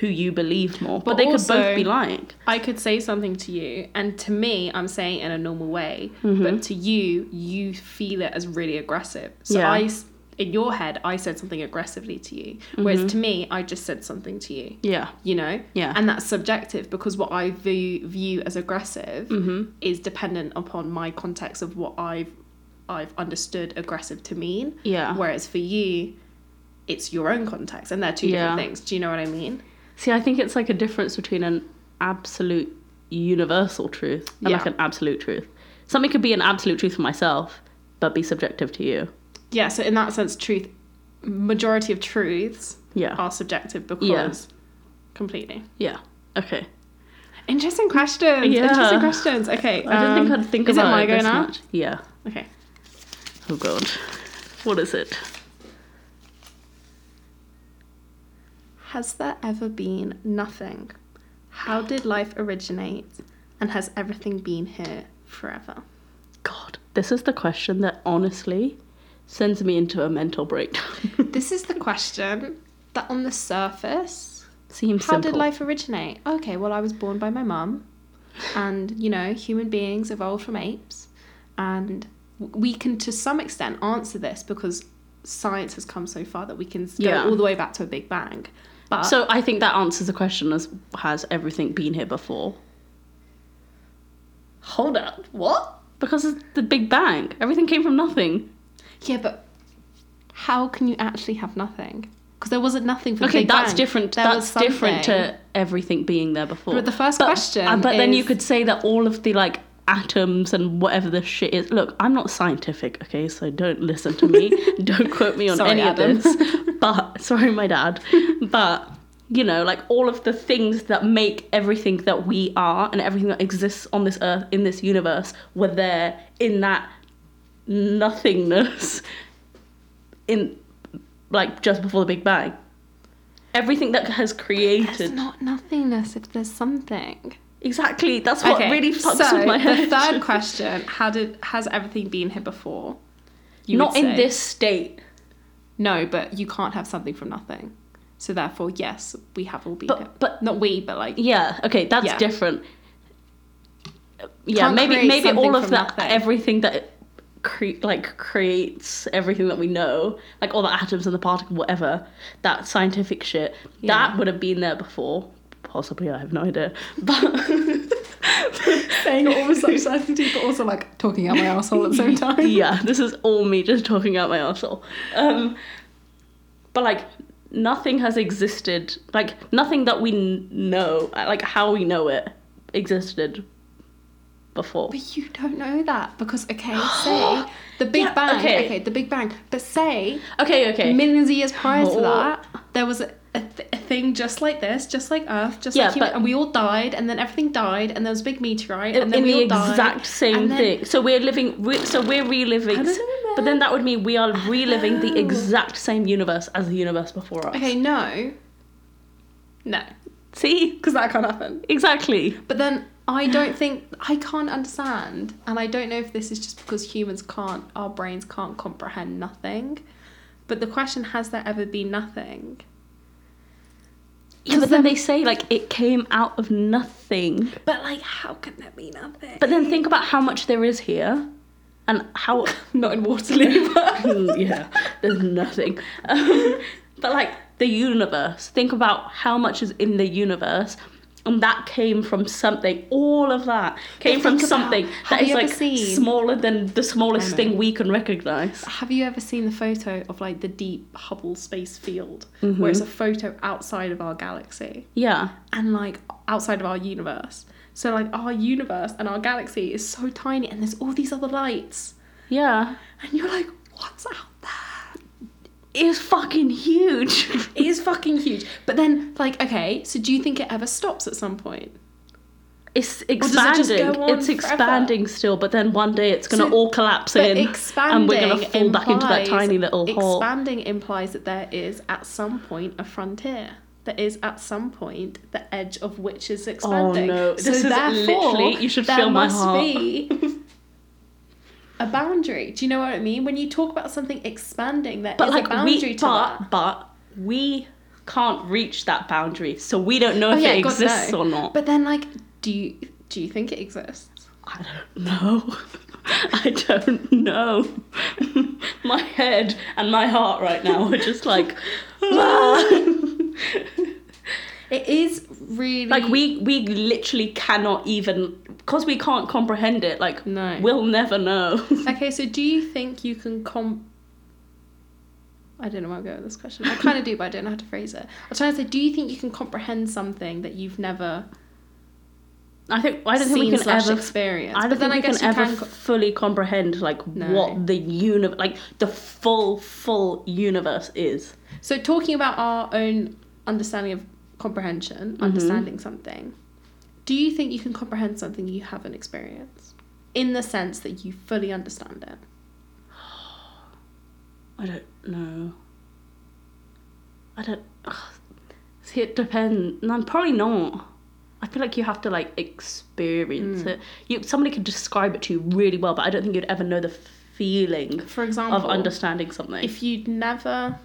Speaker 2: who you believe more. But,
Speaker 1: But
Speaker 2: they could
Speaker 1: also-
Speaker 2: both be lying.
Speaker 1: I could say something to you, and to me, I'm saying it in a normal way,
Speaker 2: Mm-hmm.
Speaker 1: but to you, you feel it as really aggressive. So
Speaker 2: Yeah.
Speaker 1: I s in your head, I said something aggressively to you, whereas
Speaker 2: Mm-hmm.
Speaker 1: to me, I just said something to you.
Speaker 2: Yeah.
Speaker 1: You know,
Speaker 2: Yeah.
Speaker 1: and that's subjective because what I view view as aggressive
Speaker 2: Mm-hmm.
Speaker 1: is dependent upon my context of what I've I've understood aggressive to mean.
Speaker 2: Yeah.
Speaker 1: Whereas for you, it's your own context, and they're two
Speaker 2: Yeah.
Speaker 1: different things. Do you know what I mean?
Speaker 2: See, I think it's like a difference between an absolute universal truth and
Speaker 1: Yeah.
Speaker 2: like an absolute truth. Something could be an absolute truth for myself, but be subjective to you.
Speaker 1: yeah so in that sense truth majority of truths
Speaker 2: Yeah.
Speaker 1: are subjective because completely
Speaker 2: Yeah. Okay.
Speaker 1: interesting questions
Speaker 2: Yeah.
Speaker 1: interesting questions okay
Speaker 2: I don't
Speaker 1: um,
Speaker 2: think I'd think
Speaker 1: is
Speaker 2: about
Speaker 1: it my
Speaker 2: it
Speaker 1: go
Speaker 2: this
Speaker 1: now
Speaker 2: much. Yeah.
Speaker 1: okay
Speaker 2: Oh god. What is it?
Speaker 1: has there ever been nothing how did life originate and has everything been here forever
Speaker 2: God, this is the question that honestly sends me into a mental breakdown.
Speaker 1: this is the question that on the surface
Speaker 2: Seems
Speaker 1: How
Speaker 2: simple.
Speaker 1: did life originate? Okay, well, I was born by my mum, and you know, human beings evolved from apes, and w- we can to some extent answer this because science has come so far that we can go
Speaker 2: Yeah.
Speaker 1: all the way back to a Big Bang. But
Speaker 2: So I think that answers the question as has everything been here before?
Speaker 1: hold up, what?
Speaker 2: Because it's the Big Bang. Everything came from nothing.
Speaker 1: Yeah, but how can you actually have nothing? Because there wasn't nothing for the
Speaker 2: Okay,
Speaker 1: Big
Speaker 2: that's
Speaker 1: Bang.
Speaker 2: different.
Speaker 1: There was
Speaker 2: that's different
Speaker 1: something.
Speaker 2: to everything being there before.
Speaker 1: But the first question
Speaker 2: uh, but then you
Speaker 1: is-
Speaker 2: could say that all of the like atoms and whatever the shit is. Look, I'm not scientific, okay? So don't listen to me. don't quote me on
Speaker 1: Sorry,
Speaker 2: any
Speaker 1: Adam.
Speaker 2: of this. But sorry, my dad. but you know, like all of the things that make everything that we are and everything that exists on this earth in this universe were there in that nothingness in like just before the Big Bang. Everything that
Speaker 1: There's
Speaker 2: has created
Speaker 1: not nothingness if there's something.
Speaker 2: exactly. That's what really fucks
Speaker 1: so
Speaker 2: with my head.
Speaker 1: The third question: How did has everything been here before? You
Speaker 2: Not
Speaker 1: would
Speaker 2: in
Speaker 1: say.
Speaker 2: this state.
Speaker 1: No, but you can't have something from nothing. So therefore, yes, we have all been
Speaker 2: But-
Speaker 1: him.
Speaker 2: but-
Speaker 1: not we, but like
Speaker 2: Yeah, okay, that's
Speaker 1: Yeah.
Speaker 2: different. Yeah,
Speaker 1: Can't
Speaker 2: maybe
Speaker 1: create
Speaker 2: maybe
Speaker 1: something
Speaker 2: all of
Speaker 1: from
Speaker 2: that,
Speaker 1: nothing.
Speaker 2: everything that it cre- like creates everything that we know, like all the atoms and the particle, whatever, that scientific shit,
Speaker 1: Yeah.
Speaker 2: that would have been there before. Possibly, I have no idea. But
Speaker 1: saying it all with such certainty, but also like talking out my asshole at the same time.
Speaker 2: yeah, this is all me just talking out my arsehole. Um, but like nothing has existed, like nothing that we kn- know, like how we know it existed before.
Speaker 1: But you don't know that because okay, say the Big
Speaker 2: Yeah,
Speaker 1: Bang.
Speaker 2: okay.
Speaker 1: Okay. the Big Bang. But say
Speaker 2: Okay, okay.
Speaker 1: millions of years prior to
Speaker 2: Oh.
Speaker 1: that, there was a, a, th- a thing just like this, just like Earth, just
Speaker 2: Yeah,
Speaker 1: like human,
Speaker 2: but-
Speaker 1: and we all died, and then everything died, and there was a big meteorite,
Speaker 2: in
Speaker 1: and then we
Speaker 2: the
Speaker 1: all died.
Speaker 2: exact same
Speaker 1: and then-
Speaker 2: thing. So we're living, we, so we're reliving.
Speaker 1: I don't know,
Speaker 2: But then that would mean we are reliving the
Speaker 1: know.
Speaker 2: exact same universe as the universe before us.
Speaker 1: Okay, no, no,
Speaker 2: See?
Speaker 1: because that can't happen.
Speaker 2: Exactly.
Speaker 1: But then I don't think I can't understand, and I don't know if this is just because humans can't, our brains can't comprehend nothing. But the question has there ever been nothing?
Speaker 2: Yeah, but then they say like it came out of nothing.
Speaker 1: But like, how can there be nothing?
Speaker 2: But then think about how much there is here, and how
Speaker 1: not in Waterloo. But
Speaker 2: yeah, there's nothing. Um, but like the universe, think about how much is in the universe, and that came from something. All of that came
Speaker 1: But
Speaker 2: from
Speaker 1: think about-
Speaker 2: something
Speaker 1: have
Speaker 2: that is
Speaker 1: you ever
Speaker 2: like
Speaker 1: seen-
Speaker 2: smaller than the
Speaker 1: I
Speaker 2: smallest
Speaker 1: know.
Speaker 2: thing we can recognize.
Speaker 1: Have you ever seen the photo of like the deep Hubble space field, where it's a photo outside of our galaxy
Speaker 2: Yeah,
Speaker 1: and like outside of our universe? So like our universe and our galaxy is so tiny, and there's all these other lights,
Speaker 2: yeah.
Speaker 1: and you're like, what's out there?
Speaker 2: It's fucking huge.
Speaker 1: It is fucking huge. But then, like, okay, so do you think it ever stops at some point?
Speaker 2: It's
Speaker 1: does it just go
Speaker 2: expanding.
Speaker 1: on
Speaker 2: it's
Speaker 1: forever?
Speaker 2: expanding still, but then one day it's gonna
Speaker 1: So-
Speaker 2: all collapse in, and we're gonna fall back into that
Speaker 1: implies-
Speaker 2: tiny little hole.
Speaker 1: Expanding implies that there is at some point a frontier. There is at some point the edge of which is expanding.
Speaker 2: Oh, no.
Speaker 1: So
Speaker 2: This is
Speaker 1: therefore,
Speaker 2: literally- you should
Speaker 1: there
Speaker 2: feel my
Speaker 1: must
Speaker 2: heart.
Speaker 1: be a boundary. Do you know what I mean? When you talk about something expanding, there is
Speaker 2: but like
Speaker 1: a boundary
Speaker 2: we,
Speaker 1: to
Speaker 2: but,
Speaker 1: that.
Speaker 2: but we can't reach that boundary, so we don't know
Speaker 1: Oh,
Speaker 2: if
Speaker 1: yeah,
Speaker 2: it
Speaker 1: God,
Speaker 2: exists
Speaker 1: no.
Speaker 2: or not.
Speaker 1: But then, like, do you do you think it exists?
Speaker 2: I don't know. I don't know. my head and my heart right now are just like,
Speaker 1: It is really
Speaker 2: like we we literally cannot even because we can't comprehend it. Like
Speaker 1: No.
Speaker 2: we'll never know.
Speaker 1: Okay, so do you think you can com? I don't know where I'm going with this question. I kind of do, but I don't know how to phrase it. I'm trying to say, do you think you can comprehend something that you've never
Speaker 2: I think I don't
Speaker 1: seen
Speaker 2: think we can
Speaker 1: slash
Speaker 2: ever
Speaker 1: experienced?
Speaker 2: I don't
Speaker 1: but then I
Speaker 2: think we
Speaker 1: guess
Speaker 2: can
Speaker 1: you
Speaker 2: ever
Speaker 1: can. co-
Speaker 2: fully comprehend like
Speaker 1: No.
Speaker 2: what the uni- like the full full universe is.
Speaker 1: So talking about our own understanding of comprehension,
Speaker 2: Mm-hmm.
Speaker 1: understanding something, do you think you can comprehend something you haven't experienced, in the sense that you fully understand it?
Speaker 2: I don't know. I don't. ugh. See, it depends. No, probably not. I feel like you have to like experience
Speaker 1: Hmm.
Speaker 2: it. You somebody could describe it to you really well, but I don't think you'd ever know the feeling
Speaker 1: For example,
Speaker 2: of understanding something.
Speaker 1: if you'd never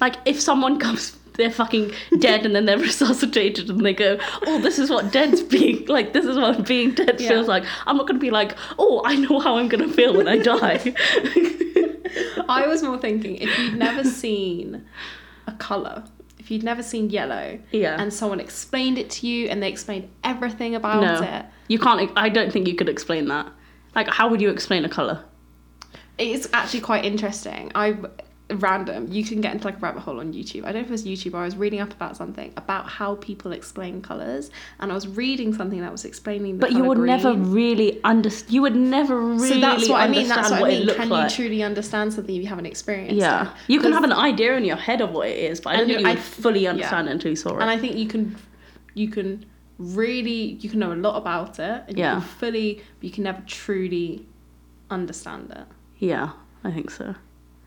Speaker 2: like if someone comes, they're fucking dead, and then they're resuscitated, and they go, "Oh, this is what dead's being like. This is what being dead
Speaker 1: Yeah.
Speaker 2: feels like." I'm not gonna be like, "Oh, I know how I'm gonna feel when I die."
Speaker 1: I was more thinking if you'd never seen a colour, if you'd never seen yellow,
Speaker 2: yeah.
Speaker 1: and someone explained it to you and they explained everything about
Speaker 2: No.
Speaker 1: it,
Speaker 2: You can't. I don't think you could explain that. Like, how would you explain a color?
Speaker 1: it's actually quite interesting. I random you can get into like a rabbit hole on YouTube. I don't know if it was YouTube. Or I was reading up about something about how people explain colours, and I was reading something that was explaining. The
Speaker 2: But you
Speaker 1: colour
Speaker 2: would never
Speaker 1: green.
Speaker 2: really understand. You would never really.
Speaker 1: So that's what I mean.
Speaker 2: understand
Speaker 1: That's what, I
Speaker 2: it
Speaker 1: mean.
Speaker 2: looked
Speaker 1: Can
Speaker 2: like.
Speaker 1: you truly understand something if you haven't experienced? it?
Speaker 2: yeah, you can
Speaker 1: Because-
Speaker 2: have an idea in your head of what it is, but I don't
Speaker 1: And
Speaker 2: think you
Speaker 1: you-
Speaker 2: would
Speaker 1: I-
Speaker 2: fully
Speaker 1: yeah.
Speaker 2: understand it until you saw it.
Speaker 1: and I think you can you can really you can know a lot about it and
Speaker 2: Yeah.
Speaker 1: you can fully but you can never truly understand it.
Speaker 2: yeah, I think so.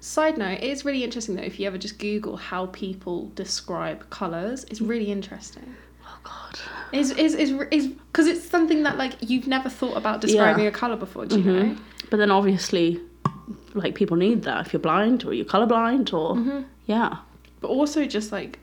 Speaker 1: Side note, it is really interesting though if you ever just Google how people describe colours, it's really interesting.
Speaker 2: Oh God.
Speaker 1: Is is is is because it's something that like you've never thought about describing a colour before, do you know?
Speaker 2: But then obviously, like people need that if you're blind or you're colorblind or
Speaker 1: Mm-hmm.
Speaker 2: yeah.
Speaker 1: But also just like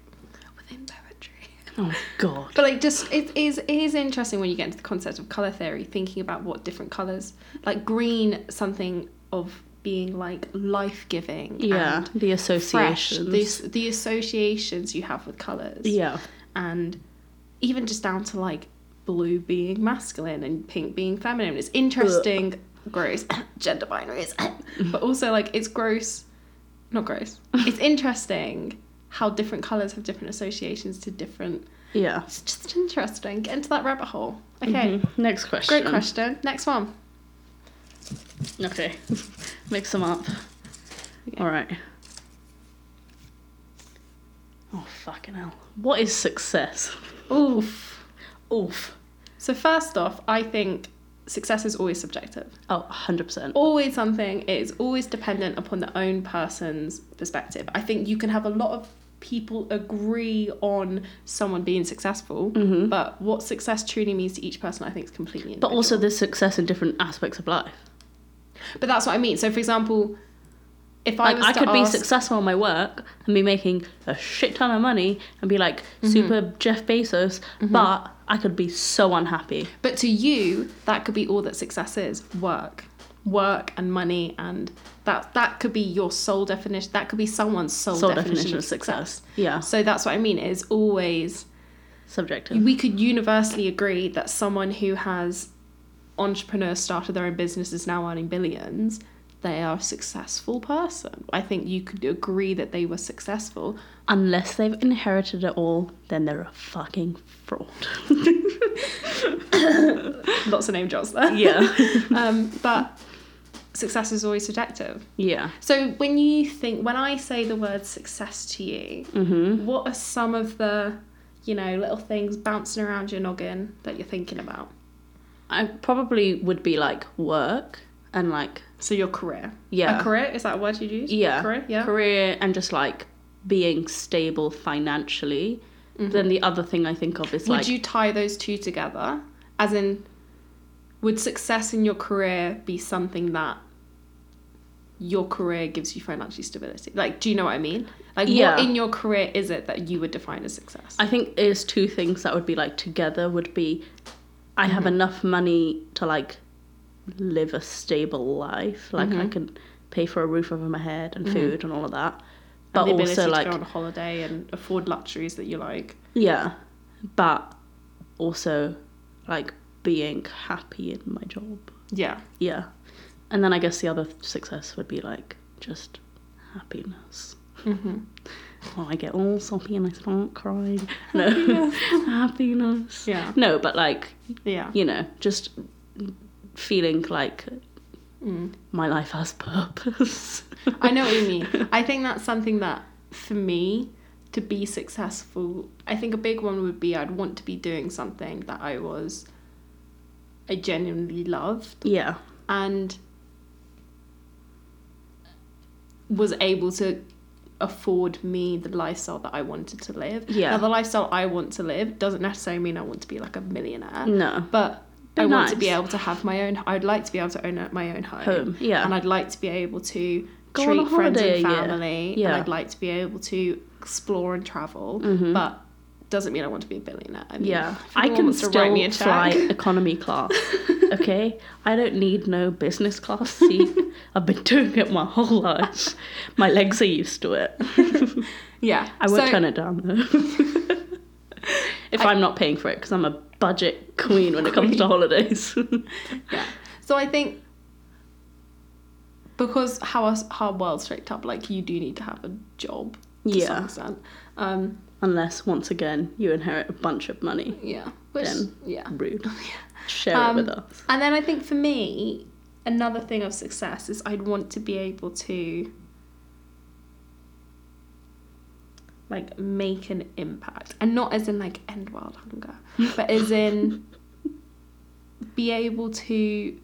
Speaker 1: within poetry.
Speaker 2: Oh god.
Speaker 1: But like, just it is it is interesting when you get into the concept of color theory, thinking about what different colors, like green, something of being like life giving.
Speaker 2: Yeah, the
Speaker 1: fresh.
Speaker 2: associations.
Speaker 1: The the associations you have with colors.
Speaker 2: yeah.
Speaker 1: and even just down to like blue being masculine and pink being feminine. It's interesting, gross gender binaries, but also like it's gross, not gross. It's interesting how different colors have different associations to different.
Speaker 2: Yeah.
Speaker 1: It's just interesting. Get into that rabbit hole. Okay,
Speaker 2: Mhm. Next question.
Speaker 1: great question. Next one.
Speaker 2: Okay. Mix them up.
Speaker 1: Okay.
Speaker 2: All right. Oh fucking hell. What is success?
Speaker 1: Oof.
Speaker 2: Oof.
Speaker 1: So first off, I think success is always subjective.
Speaker 2: Oh, 100%.
Speaker 1: always something it is always dependent upon the own person's perspective i think you can have a lot of people agree on someone being successful
Speaker 2: Mhm.
Speaker 1: but what success truly means to each person i think is completely
Speaker 2: But
Speaker 1: individual.
Speaker 2: also there's success in different aspects of life.
Speaker 1: but that's what i mean so for example if i
Speaker 2: Like
Speaker 1: was
Speaker 2: I
Speaker 1: to
Speaker 2: could be
Speaker 1: ask-
Speaker 2: successful in my work and be making a shit ton of money and be like
Speaker 1: Mm-hmm.
Speaker 2: super Jeff Bezos, but I could be so unhappy.
Speaker 1: but to you that could be all that success is work work and money and that that could be your sole definition that could be someone's sole,
Speaker 2: Sole
Speaker 1: definition,
Speaker 2: definition
Speaker 1: of
Speaker 2: of success.
Speaker 1: success
Speaker 2: Yeah.
Speaker 1: so that's what i mean it's always
Speaker 2: Subjective.
Speaker 1: we could universally agree that someone who has entrepreneurs started their own business is now earning billions they are a successful person i think you could agree that they were successful
Speaker 2: Unless they've inherited it all, then they're a fucking fraud.
Speaker 1: lots of name drops there
Speaker 2: yeah.
Speaker 1: um, but success is always subjective
Speaker 2: yeah.
Speaker 1: so when you think when i say the word success to you
Speaker 2: Mhm.
Speaker 1: what are some of the you know little things bouncing around your noggin that you're thinking about
Speaker 2: I probably would be like work and like
Speaker 1: so your career
Speaker 2: yeah.
Speaker 1: a career is that a word you use
Speaker 2: yeah
Speaker 1: career yeah
Speaker 2: career and just like being stable financially then the other thing i think of is
Speaker 1: would
Speaker 2: like
Speaker 1: Mm-hmm. you tie those two together as in would success in your career be something that your career gives you financial stability like do you know what i mean like
Speaker 2: Yeah.
Speaker 1: what in your career is it that you would define as success
Speaker 2: i think is two things that would be like together would be i
Speaker 1: Mm-hmm.
Speaker 2: have enough money to like live a stable life like
Speaker 1: Mm-hmm.
Speaker 2: i can pay for a roof over my head and food and all of that
Speaker 1: and
Speaker 2: but
Speaker 1: the ability
Speaker 2: also
Speaker 1: to
Speaker 2: like
Speaker 1: go on holiday and afford luxuries that you like
Speaker 2: yeah but also like being happy in my job
Speaker 1: yeah
Speaker 2: yeah and then i guess the other success would be like just happiness
Speaker 1: Mm-hmm.
Speaker 2: oh i get all soppy and i start crying no happiness
Speaker 1: yeah
Speaker 2: no but like
Speaker 1: yeah
Speaker 2: you know just feeling like
Speaker 1: Mm.
Speaker 2: my life has purpose
Speaker 1: i know what you mean i think that's something that for me to be successful i think a big one would be i'd want to be doing something that i was i genuinely loved
Speaker 2: yeah
Speaker 1: and was able to afford me the lifestyle that I wanted to live.
Speaker 2: Yeah.
Speaker 1: Now the lifestyle I want to live doesn't necessarily mean I want to be like a millionaire,
Speaker 2: no
Speaker 1: but
Speaker 2: Be
Speaker 1: I want to
Speaker 2: nice.
Speaker 1: be able to have my own. I'd like to be able to own my own home,
Speaker 2: home yeah
Speaker 1: and I'd like to be able to
Speaker 2: Go on
Speaker 1: treat
Speaker 2: a
Speaker 1: friends
Speaker 2: holiday a
Speaker 1: and
Speaker 2: year.
Speaker 1: family,
Speaker 2: Yeah.
Speaker 1: and I'd like to be able to explore and travel,
Speaker 2: Mhm.
Speaker 1: but doesn't mean I want to be a billionaire. I mean,
Speaker 2: yeah,
Speaker 1: if
Speaker 2: I
Speaker 1: anyone
Speaker 2: can
Speaker 1: wants to
Speaker 2: still
Speaker 1: write me a check-
Speaker 2: fly economy class. Okay, I don't need no business class seat. I've been doing it my whole life. My legs are used to it.
Speaker 1: Yeah,
Speaker 2: I won't
Speaker 1: So-
Speaker 2: turn it down though. if I, am not paying for it, because I'm a budget queen when it comes to holidays.
Speaker 1: Yeah. So I think because how us how our world's shaped up, like you do need to have a job to
Speaker 2: Yeah.
Speaker 1: some extent. Um,
Speaker 2: Unless once again you inherit a bunch of money.
Speaker 1: yeah. Which
Speaker 2: Then-
Speaker 1: yeah.
Speaker 2: Rude. Share
Speaker 1: Um,
Speaker 2: it with us.
Speaker 1: And then I think for me, another thing of success is I'd want to be able to like make an impact. And not as in like end world hunger, but as in be able to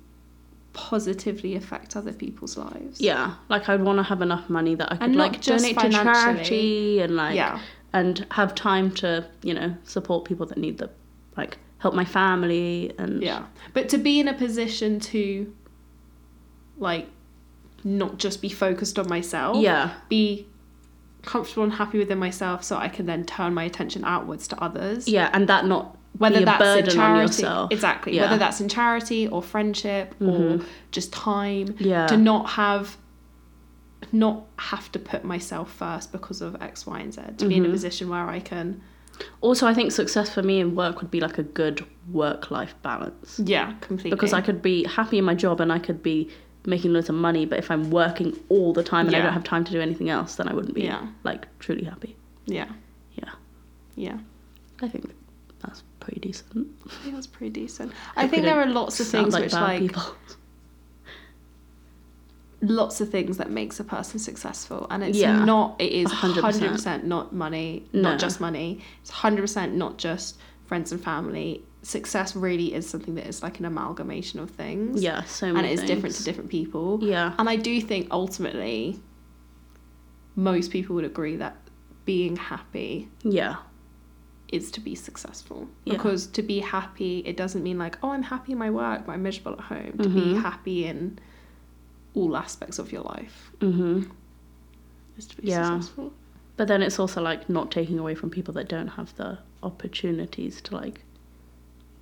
Speaker 1: positively affect other people's lives.
Speaker 2: Yeah, like I'd want to have enough money that I could
Speaker 1: And not
Speaker 2: like
Speaker 1: just
Speaker 2: donate to
Speaker 1: financially.
Speaker 2: charity and like
Speaker 1: yeah.
Speaker 2: and have time to you know support people that need the like help my family and
Speaker 1: Yeah. But to be in a position to like not just be focused on myself.
Speaker 2: Yeah.
Speaker 1: Be comfortable and happy within myself so I can then turn my attention outwards to others.
Speaker 2: Yeah, and that not
Speaker 1: Whether
Speaker 2: be a
Speaker 1: that's in
Speaker 2: burden on
Speaker 1: charity.
Speaker 2: yourself.
Speaker 1: Exactly.
Speaker 2: Yeah. Mm-hmm.
Speaker 1: Whether that's in charity or friendship or just time.
Speaker 2: Yeah.
Speaker 1: To not have not have to put myself first because of X, Y, and Z. To be in
Speaker 2: Mm-hmm.
Speaker 1: a position where I can
Speaker 2: Also, I think success for me in work would be like a good work life balance
Speaker 1: Yeah, completely.
Speaker 2: because I could be happy in my job and I could be making loads of money, but if I'm working all the time and I
Speaker 1: Yeah.
Speaker 2: don't have time to do anything else, then I wouldn't be
Speaker 1: Yeah.
Speaker 2: like truly happy.
Speaker 1: Yeah.
Speaker 2: Yeah,
Speaker 1: Yeah.
Speaker 2: I think that's pretty decent.
Speaker 1: I think that's pretty decent. I
Speaker 2: Hope we
Speaker 1: think there are
Speaker 2: don't
Speaker 1: lots of
Speaker 2: sound
Speaker 1: things which
Speaker 2: bad
Speaker 1: like
Speaker 2: people.
Speaker 1: lots of things that makes a person successful and it's
Speaker 2: Yeah.
Speaker 1: not it is 100%,
Speaker 2: 100%.
Speaker 1: not money
Speaker 2: No.
Speaker 1: not just money it's 100% not just friends and family success really is something that is like an amalgamation of things
Speaker 2: Yeah, so
Speaker 1: and
Speaker 2: many
Speaker 1: it is different to
Speaker 2: things.
Speaker 1: different people
Speaker 2: Yeah.
Speaker 1: and i do think ultimately most people would agree that being happy
Speaker 2: Yeah,
Speaker 1: is to be successful
Speaker 2: Yeah.
Speaker 1: because to be happy it doesn't mean like oh i'm happy in my work but i'm miserable at home to be
Speaker 2: Mm-hmm.
Speaker 1: happy in all aspects of your life
Speaker 2: hmm
Speaker 1: Mm-hmm. is to
Speaker 2: be Yeah. successful. but then it's also like not taking away from people that don't have the opportunities to like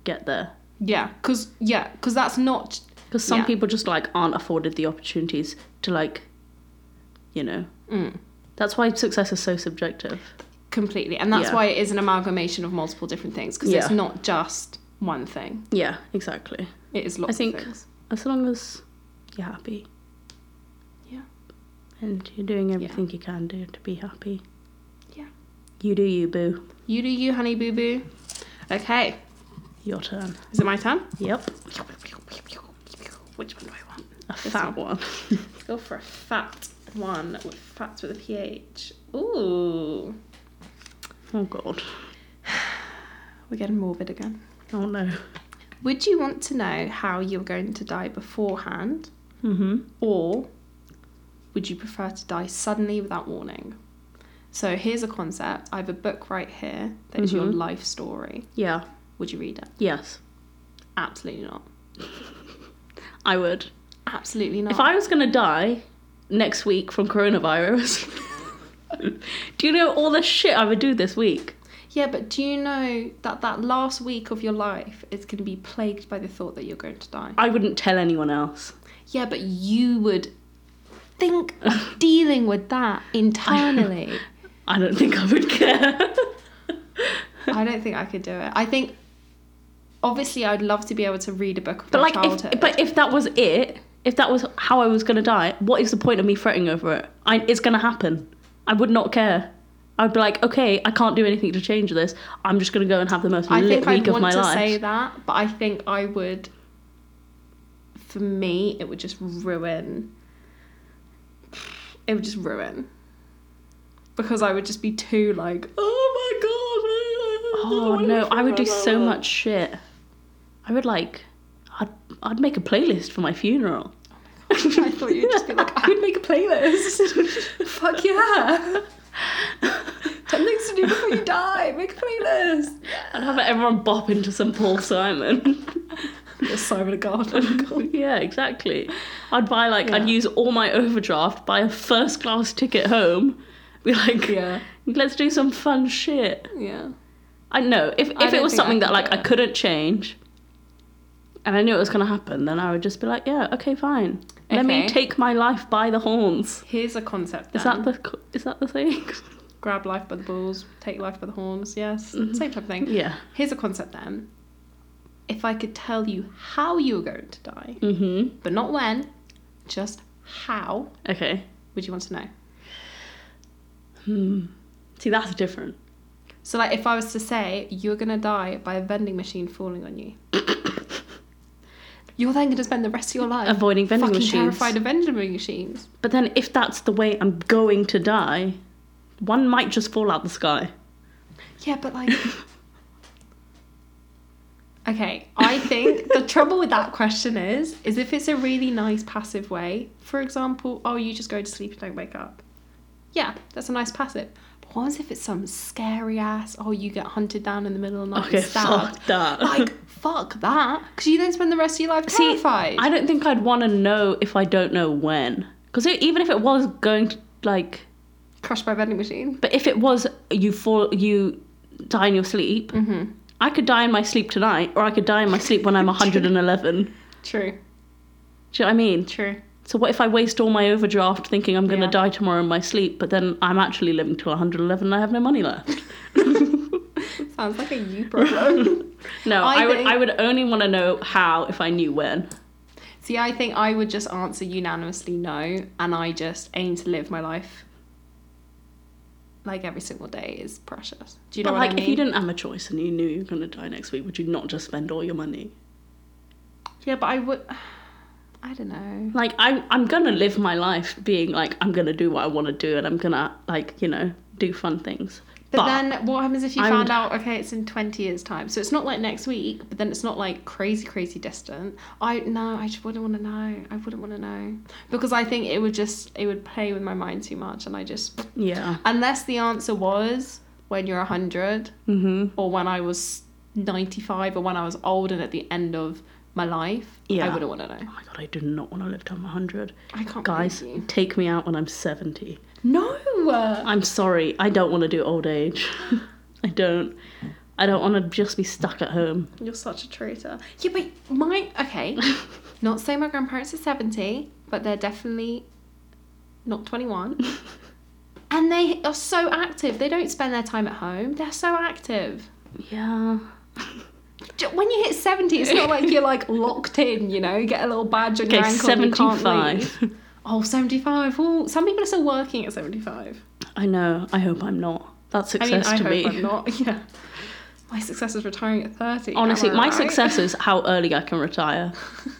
Speaker 2: get there.
Speaker 1: Yeah, because yeah, because that's not
Speaker 2: because some
Speaker 1: Yeah.
Speaker 2: people just like aren't afforded the opportunities to like you know
Speaker 1: Mm.
Speaker 2: that's why success is so subjective
Speaker 1: completely, and that's
Speaker 2: Yeah.
Speaker 1: why it is an amalgamation of multiple different things because it's
Speaker 2: Yeah.
Speaker 1: not just one thing.
Speaker 2: yeah exactly
Speaker 1: It is lots
Speaker 2: think-
Speaker 1: of things.
Speaker 2: as long as you're happy
Speaker 1: Yeah.
Speaker 2: and you're doing everything you can do to be happy
Speaker 1: Yeah.
Speaker 2: you do you boo
Speaker 1: You do you, honey boo boo. Okay,
Speaker 2: your turn
Speaker 1: is it my turn?
Speaker 2: yep
Speaker 1: Which one do I want?
Speaker 2: a
Speaker 1: This
Speaker 2: fat one
Speaker 1: Let's go for a fat one with fats with a ph. Ooh,
Speaker 2: oh god
Speaker 1: we're getting morbid again.
Speaker 2: oh no
Speaker 1: Would you want to know how you're going to die beforehand,
Speaker 2: mm-hmm
Speaker 1: or would you prefer to die suddenly without warning? So here's a concept. I have a book right here that is your
Speaker 2: Mhm.
Speaker 1: life story.
Speaker 2: yeah
Speaker 1: Would you read it?
Speaker 2: yes
Speaker 1: Absolutely not.
Speaker 2: i would
Speaker 1: Absolutely not.
Speaker 2: If I was gonna die next week from coronavirus, do you know all the shit I would do this week?
Speaker 1: yeah, but do you know that that last week of your life is going to be plagued by the thought that you're going to die?
Speaker 2: I wouldn't tell anyone else.
Speaker 1: Yeah, but you would think of dealing with that internally.
Speaker 2: I don't think I would care.
Speaker 1: I don't think I could do it. I think obviously I'd love to be able to read a book of
Speaker 2: but
Speaker 1: my
Speaker 2: like,
Speaker 1: childhood.
Speaker 2: if, but if that was it, if that was how I was gonna die, what is the point of me fretting over it? I, it's gonna happen. I would not care. I'd be like, okay, I can't do anything to change this. I'm just gonna go and have the most
Speaker 1: I
Speaker 2: lit
Speaker 1: think
Speaker 2: week
Speaker 1: I'd
Speaker 2: of
Speaker 1: want
Speaker 2: my
Speaker 1: to
Speaker 2: life.
Speaker 1: say that, but I think I would. For me, it would just ruin. It would just ruin. Because I would just be too like, oh my god.
Speaker 2: Oh no, I would do so much shit. I would like, I'd I'd make a playlist for my funeral.
Speaker 1: Oh I thought you'd just be like, I would make a playlist. Fuck yeah. Ten things to do before you die. Make a playlist.
Speaker 2: I'd have everyone bop into some Paul Simon.
Speaker 1: Little Simon a garden.
Speaker 2: yeah, exactly. I'd buy like I'd
Speaker 1: Yeah.
Speaker 2: use all my overdraft, buy a first class ticket home. Be like,
Speaker 1: yeah.
Speaker 2: let's do some fun shit.
Speaker 1: Yeah.
Speaker 2: I know if if it
Speaker 1: don't think
Speaker 2: was something
Speaker 1: I
Speaker 2: that
Speaker 1: could
Speaker 2: like
Speaker 1: do
Speaker 2: I
Speaker 1: it.
Speaker 2: couldn't change, and I knew it was gonna happen, then I would just be like, yeah, okay, fine. Let me
Speaker 1: Okay.
Speaker 2: take my life by the horns.
Speaker 1: Here's a concept.
Speaker 2: Is
Speaker 1: then.
Speaker 2: that the co- is that the thing?
Speaker 1: grab life by the balls, take life by the horns? Yes,
Speaker 2: Mm-hmm.
Speaker 1: same type of thing.
Speaker 2: yeah.
Speaker 1: Here's a concept then. If I could tell you how you were going to die,
Speaker 2: Mm-hmm.
Speaker 1: but not when, just how
Speaker 2: Okay.
Speaker 1: would you want to know?
Speaker 2: Hmm. See, that's different.
Speaker 1: So, like, if I was to say you're gonna die by a vending machine falling on you, you're then gonna spend the rest of your life
Speaker 2: Avoiding vending
Speaker 1: fucking
Speaker 2: machines.
Speaker 1: terrified of vending machines.
Speaker 2: But then, if that's the way I'm going to die, one might just fall out the sky.
Speaker 1: Yeah, but like. Okay, I think the trouble with that question is, is if it's a really nice passive way, for example, oh, you just go to sleep and don't wake up. Yeah, that's a nice passive. But what if it's some scary ass, oh, you get hunted down in the middle of the night
Speaker 2: Okay,
Speaker 1: and stabbed?
Speaker 2: fuck that.
Speaker 1: Like, fuck that. Because you then spend the rest of your life
Speaker 2: See,
Speaker 1: terrified.
Speaker 2: I don't think I'd want to know if I don't know when. Because even if it was going to like,
Speaker 1: Crushed by a vending machine.
Speaker 2: but if it was you fall, you die in your sleep.
Speaker 1: Mm-hmm.
Speaker 2: I could die in my sleep tonight, or I could die in my sleep when I'm 111. Do you
Speaker 1: True.
Speaker 2: know what I mean?
Speaker 1: True.
Speaker 2: So what if I waste all my overdraft thinking I'm going to
Speaker 1: Yeah.
Speaker 2: die tomorrow in my sleep, but then I'm actually living till 111 and I have no money left?
Speaker 1: Sounds like a you problem.
Speaker 2: No,
Speaker 1: I
Speaker 2: I, would.
Speaker 1: think-
Speaker 2: I would only want to know how if I knew when.
Speaker 1: See, I think I would just answer unanimously no, and I just aim to live my life like every single day is precious. Do you know
Speaker 2: but
Speaker 1: what
Speaker 2: like,
Speaker 1: I mean?
Speaker 2: if you didn't have a choice and you knew you were going to die next week, would you not just spend all your money?
Speaker 1: Yeah, but I would. I don't know.
Speaker 2: Like, I, I'm gonna live my life being like, I'm gonna do what I want to do, and I'm gonna like, you know, do fun things.
Speaker 1: But, then what happens if you
Speaker 2: I
Speaker 1: found
Speaker 2: would-
Speaker 1: out, okay, it's in 20 years' time? So it's not like next week, but then it's not like crazy, crazy distant. I, no, I just wouldn't want to know. I wouldn't want to know. Because I think it would just, it would play with my mind too much. And I just,
Speaker 2: yeah.
Speaker 1: unless the answer was when you're 100
Speaker 2: Mm-hmm.
Speaker 1: or when I was 95 or when I was old and at the end of my life, I
Speaker 2: Yeah.
Speaker 1: wouldn't want to know.
Speaker 2: Oh my god, I do not want to live till I'm 100.
Speaker 1: I can't
Speaker 2: Guys,
Speaker 1: believe you.
Speaker 2: take me out when I'm 70.
Speaker 1: No!
Speaker 2: I'm sorry, I don't want to do old age. I don't. I don't want to just be stuck at home.
Speaker 1: You're such a traitor. Yeah, but my okay. not saying my grandparents are seventy, but they're definitely not twenty-one. and they are so active. They don't spend their time at home. They're so active.
Speaker 2: Yeah.
Speaker 1: J- When you hit seventy, it's not like you're like locked in. You know, you get a little badge on your
Speaker 2: Okay,
Speaker 1: ankle. And you can't leave.
Speaker 2: 75.
Speaker 1: Oh, 75. Ooh, some people are still working at seventy-five.
Speaker 2: I know. I hope I'm not. That's
Speaker 1: I mean,
Speaker 2: success
Speaker 1: I
Speaker 2: to
Speaker 1: hope
Speaker 2: me.
Speaker 1: I'm not. Yeah. My success is retiring at thirty. am
Speaker 2: Honestly,
Speaker 1: I
Speaker 2: my
Speaker 1: right?
Speaker 2: success is how early I can retire.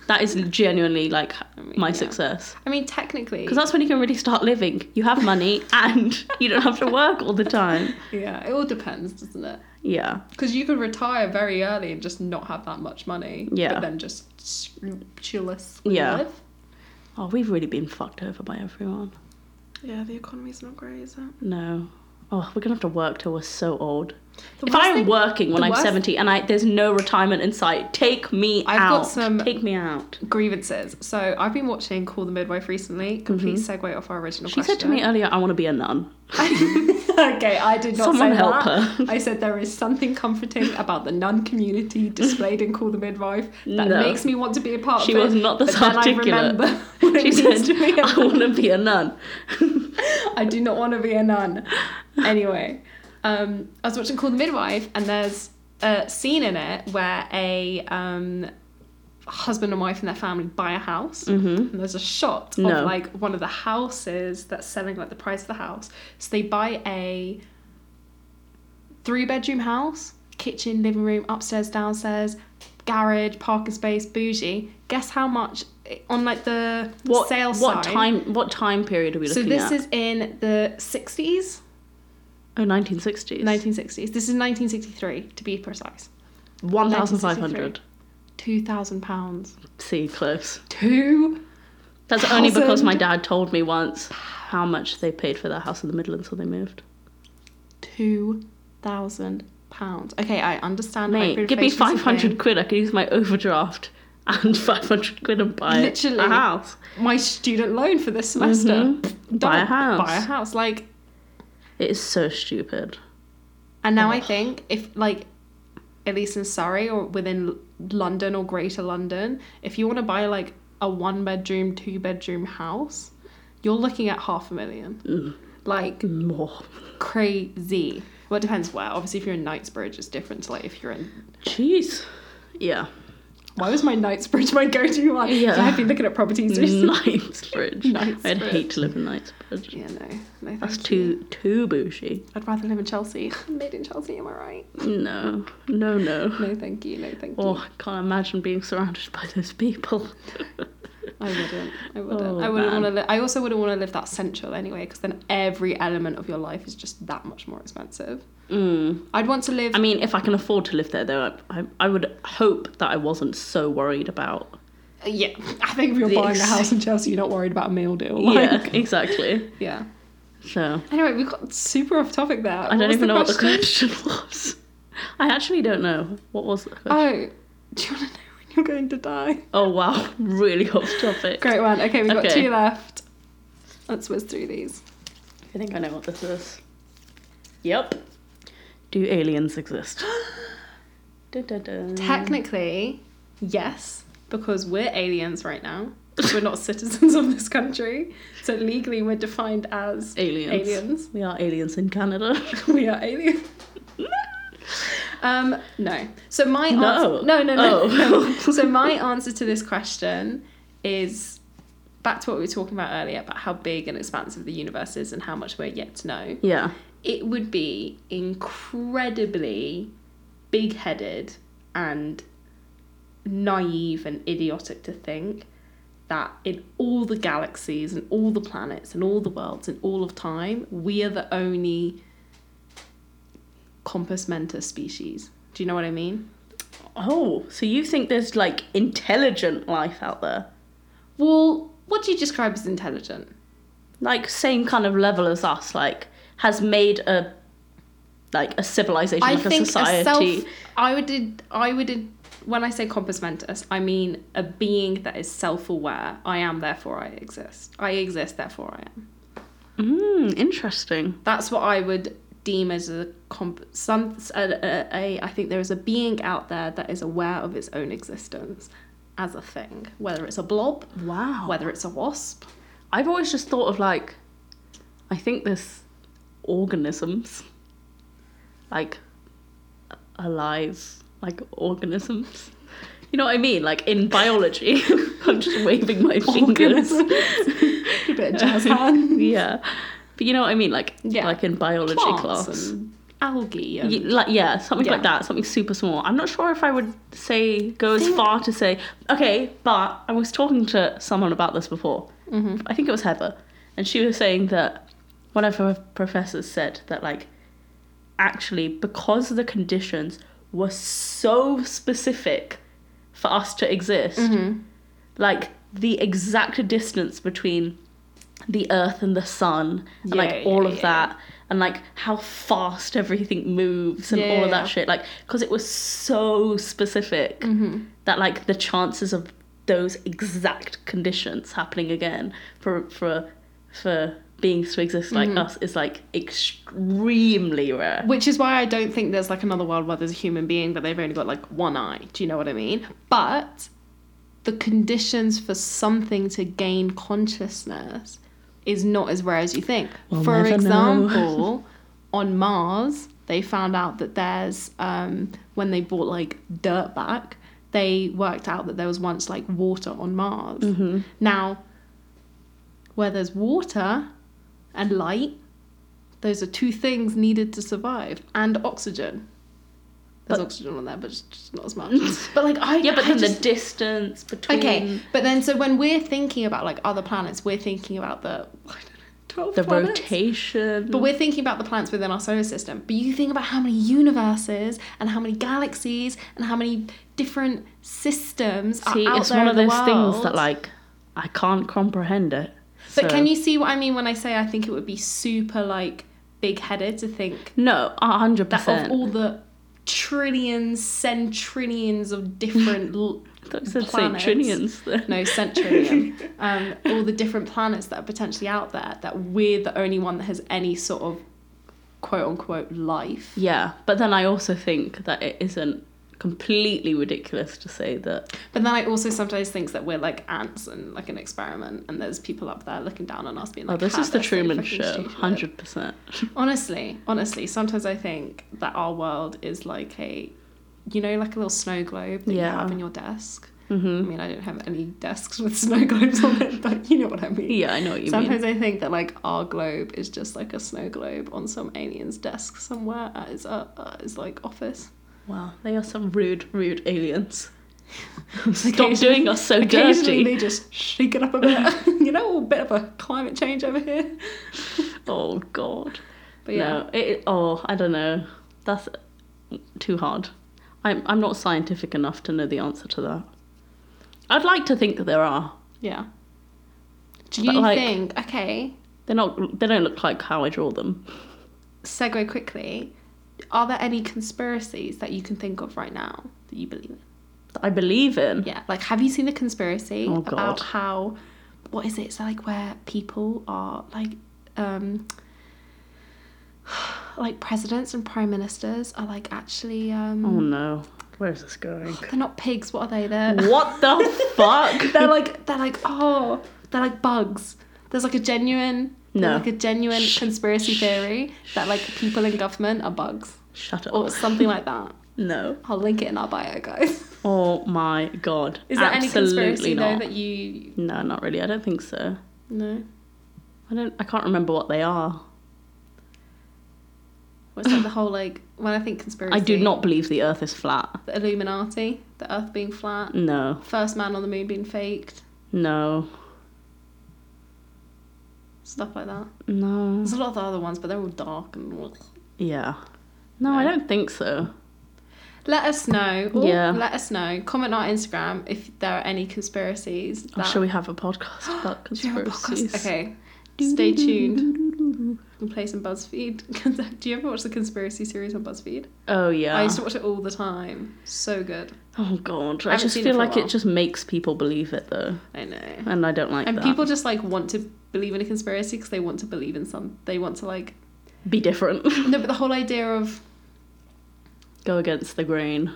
Speaker 2: That is genuinely like
Speaker 1: mean,
Speaker 2: my
Speaker 1: yeah.
Speaker 2: success.
Speaker 1: I mean, technically.
Speaker 2: Because that's when you can really start living. You have money and you don't have to work all the time.
Speaker 1: Yeah, it all depends, doesn't it?
Speaker 2: Yeah.
Speaker 1: Because you could retire very early and just not have that much money.
Speaker 2: Yeah.
Speaker 1: But then just scrupulous
Speaker 2: Yeah.
Speaker 1: live.
Speaker 2: Oh, we've really been fucked over by everyone.
Speaker 1: Yeah, the economy's not great, is it?
Speaker 2: No. Oh, we're gonna have to work till we're so old.
Speaker 1: The
Speaker 2: if
Speaker 1: worst
Speaker 2: I'm
Speaker 1: thing-
Speaker 2: working when
Speaker 1: the
Speaker 2: I'm
Speaker 1: worst-
Speaker 2: 70 and I there's no retirement in sight, take me
Speaker 1: I've
Speaker 2: out.
Speaker 1: got some-
Speaker 2: Take me out.
Speaker 1: Grievances. So I've been watching Call the Midwife recently. Complete segue off our original
Speaker 2: Mm-hmm. She
Speaker 1: question.
Speaker 2: said to me earlier, I want to be a nun.
Speaker 1: okay, I did not
Speaker 2: Someone
Speaker 1: say
Speaker 2: help
Speaker 1: that.
Speaker 2: her.
Speaker 1: I said there is something comforting about the nun community displayed in Call the Midwife that
Speaker 2: No.
Speaker 1: makes me want to be a part
Speaker 2: She
Speaker 1: of it.
Speaker 2: was not this
Speaker 1: but then
Speaker 2: articulate.
Speaker 1: I remember what it
Speaker 2: She
Speaker 1: means
Speaker 2: said,
Speaker 1: to be a
Speaker 2: I want to be a nun.
Speaker 1: I do not want to be a nun. Anyway, um, I was watching Call the Midwife, and there's a scene in it where a um, husband and wife and their family buy a house,
Speaker 2: Mhm.
Speaker 1: and there's a shot
Speaker 2: No.
Speaker 1: of like one of the houses that's selling like the price of the house. So they buy a three bedroom house, kitchen, living room, upstairs, downstairs, garage, parking space, bougie. Guess how much on like the
Speaker 2: What,
Speaker 1: sale
Speaker 2: what
Speaker 1: sign?
Speaker 2: time? What time period are we
Speaker 1: So
Speaker 2: looking
Speaker 1: this
Speaker 2: at?
Speaker 1: is in the 60s,
Speaker 2: oh, 1960s.
Speaker 1: 1960s. This is 1963 to be precise.
Speaker 2: 1,500.
Speaker 1: 2000 pounds.
Speaker 2: See, close.
Speaker 1: 2
Speaker 2: That's only because
Speaker 1: Thousand.
Speaker 2: my dad told me once how much they paid for their house in the Midlands when they moved.
Speaker 1: 2000 pounds. Okay, I understand
Speaker 2: Mate, give me
Speaker 1: hyperinflation's a thing.
Speaker 2: 500 quid. I could use my overdraft and 500 quid and buy
Speaker 1: Literally.
Speaker 2: a house.
Speaker 1: my student loan for this semester.
Speaker 2: Mhm. Buy a
Speaker 1: Done.
Speaker 2: house.
Speaker 1: Buy a house like
Speaker 2: It is so stupid.
Speaker 1: and now I
Speaker 2: Ugh.
Speaker 1: think if like at least in Surrey or within L- London or Greater London, if you want to buy like a one bedroom, two bedroom house, you're looking at half a million.
Speaker 2: Mm.
Speaker 1: Like
Speaker 2: More.
Speaker 1: crazy. Well, it depends where. Obviously, if you're in Knightsbridge, it's different to like if you're in.
Speaker 2: Jeez. Yeah.
Speaker 1: Why was my Knightsbridge my go to one?
Speaker 2: Yeah. Mm.
Speaker 1: I've been looking at properties recently.
Speaker 2: Knightsbridge. I'd
Speaker 1: Knightsbridge.
Speaker 2: hate to live in Knightsbridge.
Speaker 1: Yeah, no. no
Speaker 2: That's
Speaker 1: thank you.
Speaker 2: too too bougie.
Speaker 1: I'd rather live in Chelsea. Made in Chelsea, am I right?
Speaker 2: No. No, no.
Speaker 1: No, thank you. No, thank
Speaker 2: Oh, I can't imagine being surrounded by those people.
Speaker 1: you. I wouldn't. I wouldn't.
Speaker 2: Oh,
Speaker 1: I wouldn't
Speaker 2: man.
Speaker 1: want to. Li- I also wouldn't want to live that central anyway, because then every element of your life is just that much more expensive.
Speaker 2: Mm.
Speaker 1: I'd want to live.
Speaker 2: I mean, if I can afford to live there, though, I, I, I would hope that I wasn't so worried about.
Speaker 1: uh, yeah, I think if you're
Speaker 2: The
Speaker 1: buying a
Speaker 2: ex-
Speaker 1: house in Chelsea, you're not worried about a meal deal.
Speaker 2: yeah,
Speaker 1: Like,
Speaker 2: exactly.
Speaker 1: yeah.
Speaker 2: So
Speaker 1: Anyway, we got super off topic there.
Speaker 2: I don't even know what the question was. I actually don't know what was. The question?
Speaker 1: Oh, do you want to know when you're going to die?
Speaker 2: oh wow, really off topic.
Speaker 1: Great one. Okay, we've got
Speaker 2: Okay.
Speaker 1: two left. Let's whiz through these.
Speaker 2: I think I know what this is. Yep. Do aliens exist? Dun, dun, dun.
Speaker 1: Mm. Technically, yes, because we're aliens right now. we're not citizens of this country. So legally, we're defined as
Speaker 2: aliens.
Speaker 1: aliens.
Speaker 2: We are aliens in Canada.
Speaker 1: we are aliens. Um, no. So my
Speaker 2: No.
Speaker 1: answer, no, no, no.
Speaker 2: Oh.
Speaker 1: no. so my answer to this question is back to what we were talking about earlier about how big and expansive the universe is and how much we're yet to know.
Speaker 2: yeah.
Speaker 1: It would be incredibly big-headed and naive and idiotic to think that in all the galaxies and all the planets and all the worlds and all of time, we are the only compass mentor species. Do you know what I mean?
Speaker 2: Oh, so you think there's like intelligent life out there?
Speaker 1: Well, what do you describe as intelligent?
Speaker 2: Like same kind of level as us, like has made a like a civilization,
Speaker 1: I
Speaker 2: like a
Speaker 1: think
Speaker 2: society.
Speaker 1: a self. I would. I would. When I say compass mentis, I mean a being that is self-aware. I am, therefore I exist. I exist, therefore I am.
Speaker 2: Mm, interesting.
Speaker 1: That's what I would deem as a comp. Some a, a, a. I think there is a being out there that is aware of its own existence as a thing, whether it's a blob,
Speaker 2: Wow.
Speaker 1: whether it's a wasp.
Speaker 2: I've always just thought of like, I think there's organisms, like alive, like organisms. You know what I mean? Like in biology, I'm just waving my fingers.
Speaker 1: Organisms. A bit of jazz hand.
Speaker 2: yeah, but you know what I mean? Like
Speaker 1: Yeah.
Speaker 2: like in biology
Speaker 1: Plants
Speaker 2: class.
Speaker 1: and algae and
Speaker 2: Y- like yeah, something like
Speaker 1: Yeah.
Speaker 2: that, something super small. I'm not sure if I would say go as
Speaker 1: Think-
Speaker 2: far to say okay, but I was talking to someone about this before.
Speaker 1: Mhm.
Speaker 2: I think it was Heather, and she was saying that one of her professors said that like actually because the conditions were so specific for us to exist,
Speaker 1: Mm-hmm.
Speaker 2: like the exact distance between the earth and the sun and
Speaker 1: Yeah,
Speaker 2: like all
Speaker 1: yeah,
Speaker 2: of
Speaker 1: yeah.
Speaker 2: that and like how fast everything moves and
Speaker 1: Yeah,
Speaker 2: all of
Speaker 1: yeah.
Speaker 2: that shit like because it was so specific
Speaker 1: Mm-hmm.
Speaker 2: that like the chances of those exact conditions happening again for for for beings to exist like
Speaker 1: Mm-hmm.
Speaker 2: us is like extremely rare
Speaker 1: Which is why I don't think there's like another world where there's a human being, but they've only got like one eye. Do you know what I mean? But the conditions for something to gain consciousness is not as rare as you think.
Speaker 2: We'll
Speaker 1: for
Speaker 2: never know.
Speaker 1: example, on Mars, they found out that there's, um, when they brought like dirt back, they worked out that there was once like water on Mars.
Speaker 2: Mm-hmm.
Speaker 1: Now, where there's water and light, those are two things needed to survive, and oxygen. There's
Speaker 2: But-
Speaker 1: oxygen on there, but it's just not as much. But like I
Speaker 2: yeah but
Speaker 1: I
Speaker 2: then
Speaker 1: just-
Speaker 2: the distance between
Speaker 1: okay. But then so when we're thinking about like other planets, we're thinking about the I don't know, twelve
Speaker 2: the
Speaker 1: planets.
Speaker 2: rotation
Speaker 1: But we're thinking about the planets within our solar system. But you think about how many universes and how many galaxies and how many different systems
Speaker 2: See,
Speaker 1: are out
Speaker 2: it's
Speaker 1: there
Speaker 2: one of
Speaker 1: in
Speaker 2: those
Speaker 1: the
Speaker 2: things that
Speaker 1: world.
Speaker 2: like I can't comprehend it.
Speaker 1: But
Speaker 2: So-
Speaker 1: can you see what I mean when I say I think it would be super like big headed to think
Speaker 2: No, a hundred
Speaker 1: that of
Speaker 2: percent.
Speaker 1: all the trillions, centrillions of different l-
Speaker 2: Those are
Speaker 1: planets-
Speaker 2: trillions.
Speaker 1: no centrillion, um, all the different planets that are potentially out there that we're the only one that has any sort of quote unquote life.
Speaker 2: Yeah, but then I also think that it isn't completely ridiculous to say that.
Speaker 1: But then I also sometimes think that we're like ants and like an experiment, and there's people up there looking down on us being like,
Speaker 2: oh, this
Speaker 1: "How
Speaker 2: is the
Speaker 1: they're so
Speaker 2: Truman
Speaker 1: fucking
Speaker 2: Show,
Speaker 1: stupid."
Speaker 2: hundred percent.
Speaker 1: Honestly, honestly, sometimes I think that our world is like a, you know, like a little snow globe that you
Speaker 2: Yeah.
Speaker 1: have on your desk. I
Speaker 2: Mm-hmm.
Speaker 1: mean, I don't have any desks with snow globes on it, but you know what I mean.
Speaker 2: Yeah, I know what you mean.
Speaker 1: Sometimes I think that like our globe is just like a snow globe on some alien's desk somewhere at his, uh, uh, his like office.
Speaker 2: Wow, they are some rude, rude aliens. Stop
Speaker 1: Occasionally-
Speaker 2: doing us so
Speaker 1: Occasionally
Speaker 2: dirty.
Speaker 1: they just shake it up a bit. you know, a bit of a climate change over here.
Speaker 2: Oh God.
Speaker 1: But yeah,
Speaker 2: No, it, oh, I don't know. That's too hard. I'm, I'm not scientific enough to know the answer to that. I'd like to think that there are.
Speaker 1: yeah. Do
Speaker 2: But,
Speaker 1: you
Speaker 2: like-
Speaker 1: think okay?
Speaker 2: They're not. They don't look like how I draw them.
Speaker 1: segue quickly. Are there any conspiracies that you can think of right now that you believe in?
Speaker 2: That I believe in.
Speaker 1: Yeah, like have you seen the conspiracy
Speaker 2: Oh,
Speaker 1: about
Speaker 2: God.
Speaker 1: how what is it? It's like where people are like um like presidents and prime ministers are like actually um
Speaker 2: Oh no. Where's this going?
Speaker 1: they're not pigs, what are they? They're
Speaker 2: What the fuck?
Speaker 1: they're like they're like oh they're like bugs. There's like a genuine
Speaker 2: No.
Speaker 1: there's like a genuine
Speaker 2: Shh.
Speaker 1: conspiracy theory that like people in government are bugs
Speaker 2: Shut up.
Speaker 1: or something like that.
Speaker 2: no.
Speaker 1: I'll link it in our bio, guys.
Speaker 2: Oh my god.
Speaker 1: Is there any
Speaker 2: Absolutely
Speaker 1: conspiracy
Speaker 2: not.
Speaker 1: though that you
Speaker 2: No, not really. I don't think so.
Speaker 1: no?
Speaker 2: I don't I can't remember what they are.
Speaker 1: What's like the whole like when I think conspiracy?
Speaker 2: I do not believe the earth is flat.
Speaker 1: The Illuminati, the Earth being flat,
Speaker 2: No.
Speaker 1: first man on the moon being faked,
Speaker 2: No.
Speaker 1: stuff like that.
Speaker 2: No.
Speaker 1: There's a lot of the other ones, but they're all dark and.
Speaker 2: Yeah. No, I
Speaker 1: No.
Speaker 2: don't think so.
Speaker 1: Let us know. Ooh,
Speaker 2: Yeah.
Speaker 1: Let us know. Comment on our Instagram if there are any conspiracies.
Speaker 2: I'm
Speaker 1: that-
Speaker 2: sure Oh, we have a podcast about
Speaker 1: Do you have a podcast?
Speaker 2: conspiracies.
Speaker 1: Okay. Stay tuned. We'll play some BuzzFeed. do you ever watch the conspiracy series on BuzzFeed?
Speaker 2: Oh yeah.
Speaker 1: I used to watch it all the time. So good.
Speaker 2: Oh god.
Speaker 1: I
Speaker 2: I,
Speaker 1: haven't
Speaker 2: just
Speaker 1: seen it
Speaker 2: feel
Speaker 1: for a
Speaker 2: like it
Speaker 1: while.
Speaker 2: just makes people believe it though,
Speaker 1: I know.
Speaker 2: and I don't like
Speaker 1: and
Speaker 2: that.
Speaker 1: people just like want to believe in a conspiracy because they want to believe in some. They want to like
Speaker 2: be different.
Speaker 1: no, but the whole idea of
Speaker 2: Go against the grain.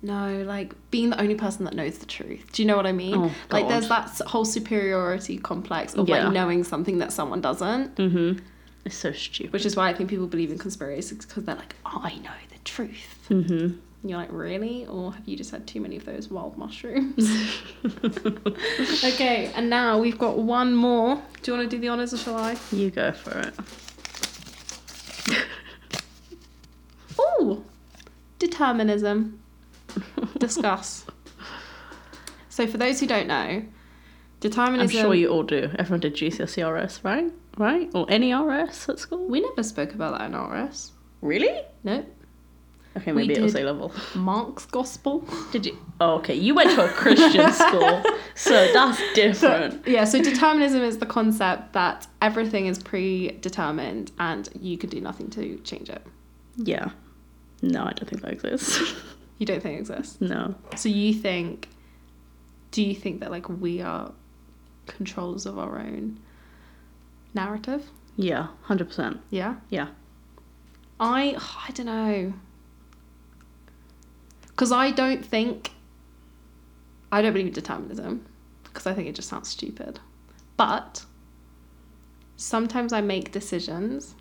Speaker 1: no, like being the only person that knows the truth. Do you know what I mean?
Speaker 2: Oh,
Speaker 1: like there's
Speaker 2: God.
Speaker 1: that s- whole superiority complex of
Speaker 2: Yeah.
Speaker 1: like knowing something that someone doesn't,
Speaker 2: Mhm. It's so stupid.
Speaker 1: which is why I think people believe in conspiracies because they're like, "Oh, I know the truth.
Speaker 2: Mhm.
Speaker 1: And you're like, really? Or have you just had too many of those wild mushrooms? okay, and now we've got one more. Do you want to do the honors or shall I?
Speaker 2: You go for it.
Speaker 1: Ooh, determinism. Discuss. so, for those who don't know,
Speaker 2: I'm
Speaker 1: determinism.
Speaker 2: sure you all do. Everyone did GCSE RS, E right? Right? Or any RS at school?
Speaker 1: we never spoke about that in RS.
Speaker 2: Really?
Speaker 1: No,
Speaker 2: Okay,
Speaker 1: We
Speaker 2: maybe it was
Speaker 1: did.
Speaker 2: A level.
Speaker 1: Mark's gospel.
Speaker 2: Did you? Oh, okay. You went to a Christian school, so that's different.
Speaker 1: yeah, so determinism is the concept that everything is predetermined and you can do nothing to change it.
Speaker 2: Yeah. No, I don't think that exists.
Speaker 1: You don't think it exists.
Speaker 2: No.
Speaker 1: So you think, do you think that like we are controllers of our own narrative?
Speaker 2: Yeah, hundred percent.
Speaker 1: Yeah.
Speaker 2: Yeah.
Speaker 1: I I don't know. Cuz I don't think I don't believe in determinism because I think it just sounds stupid. But sometimes I make decisions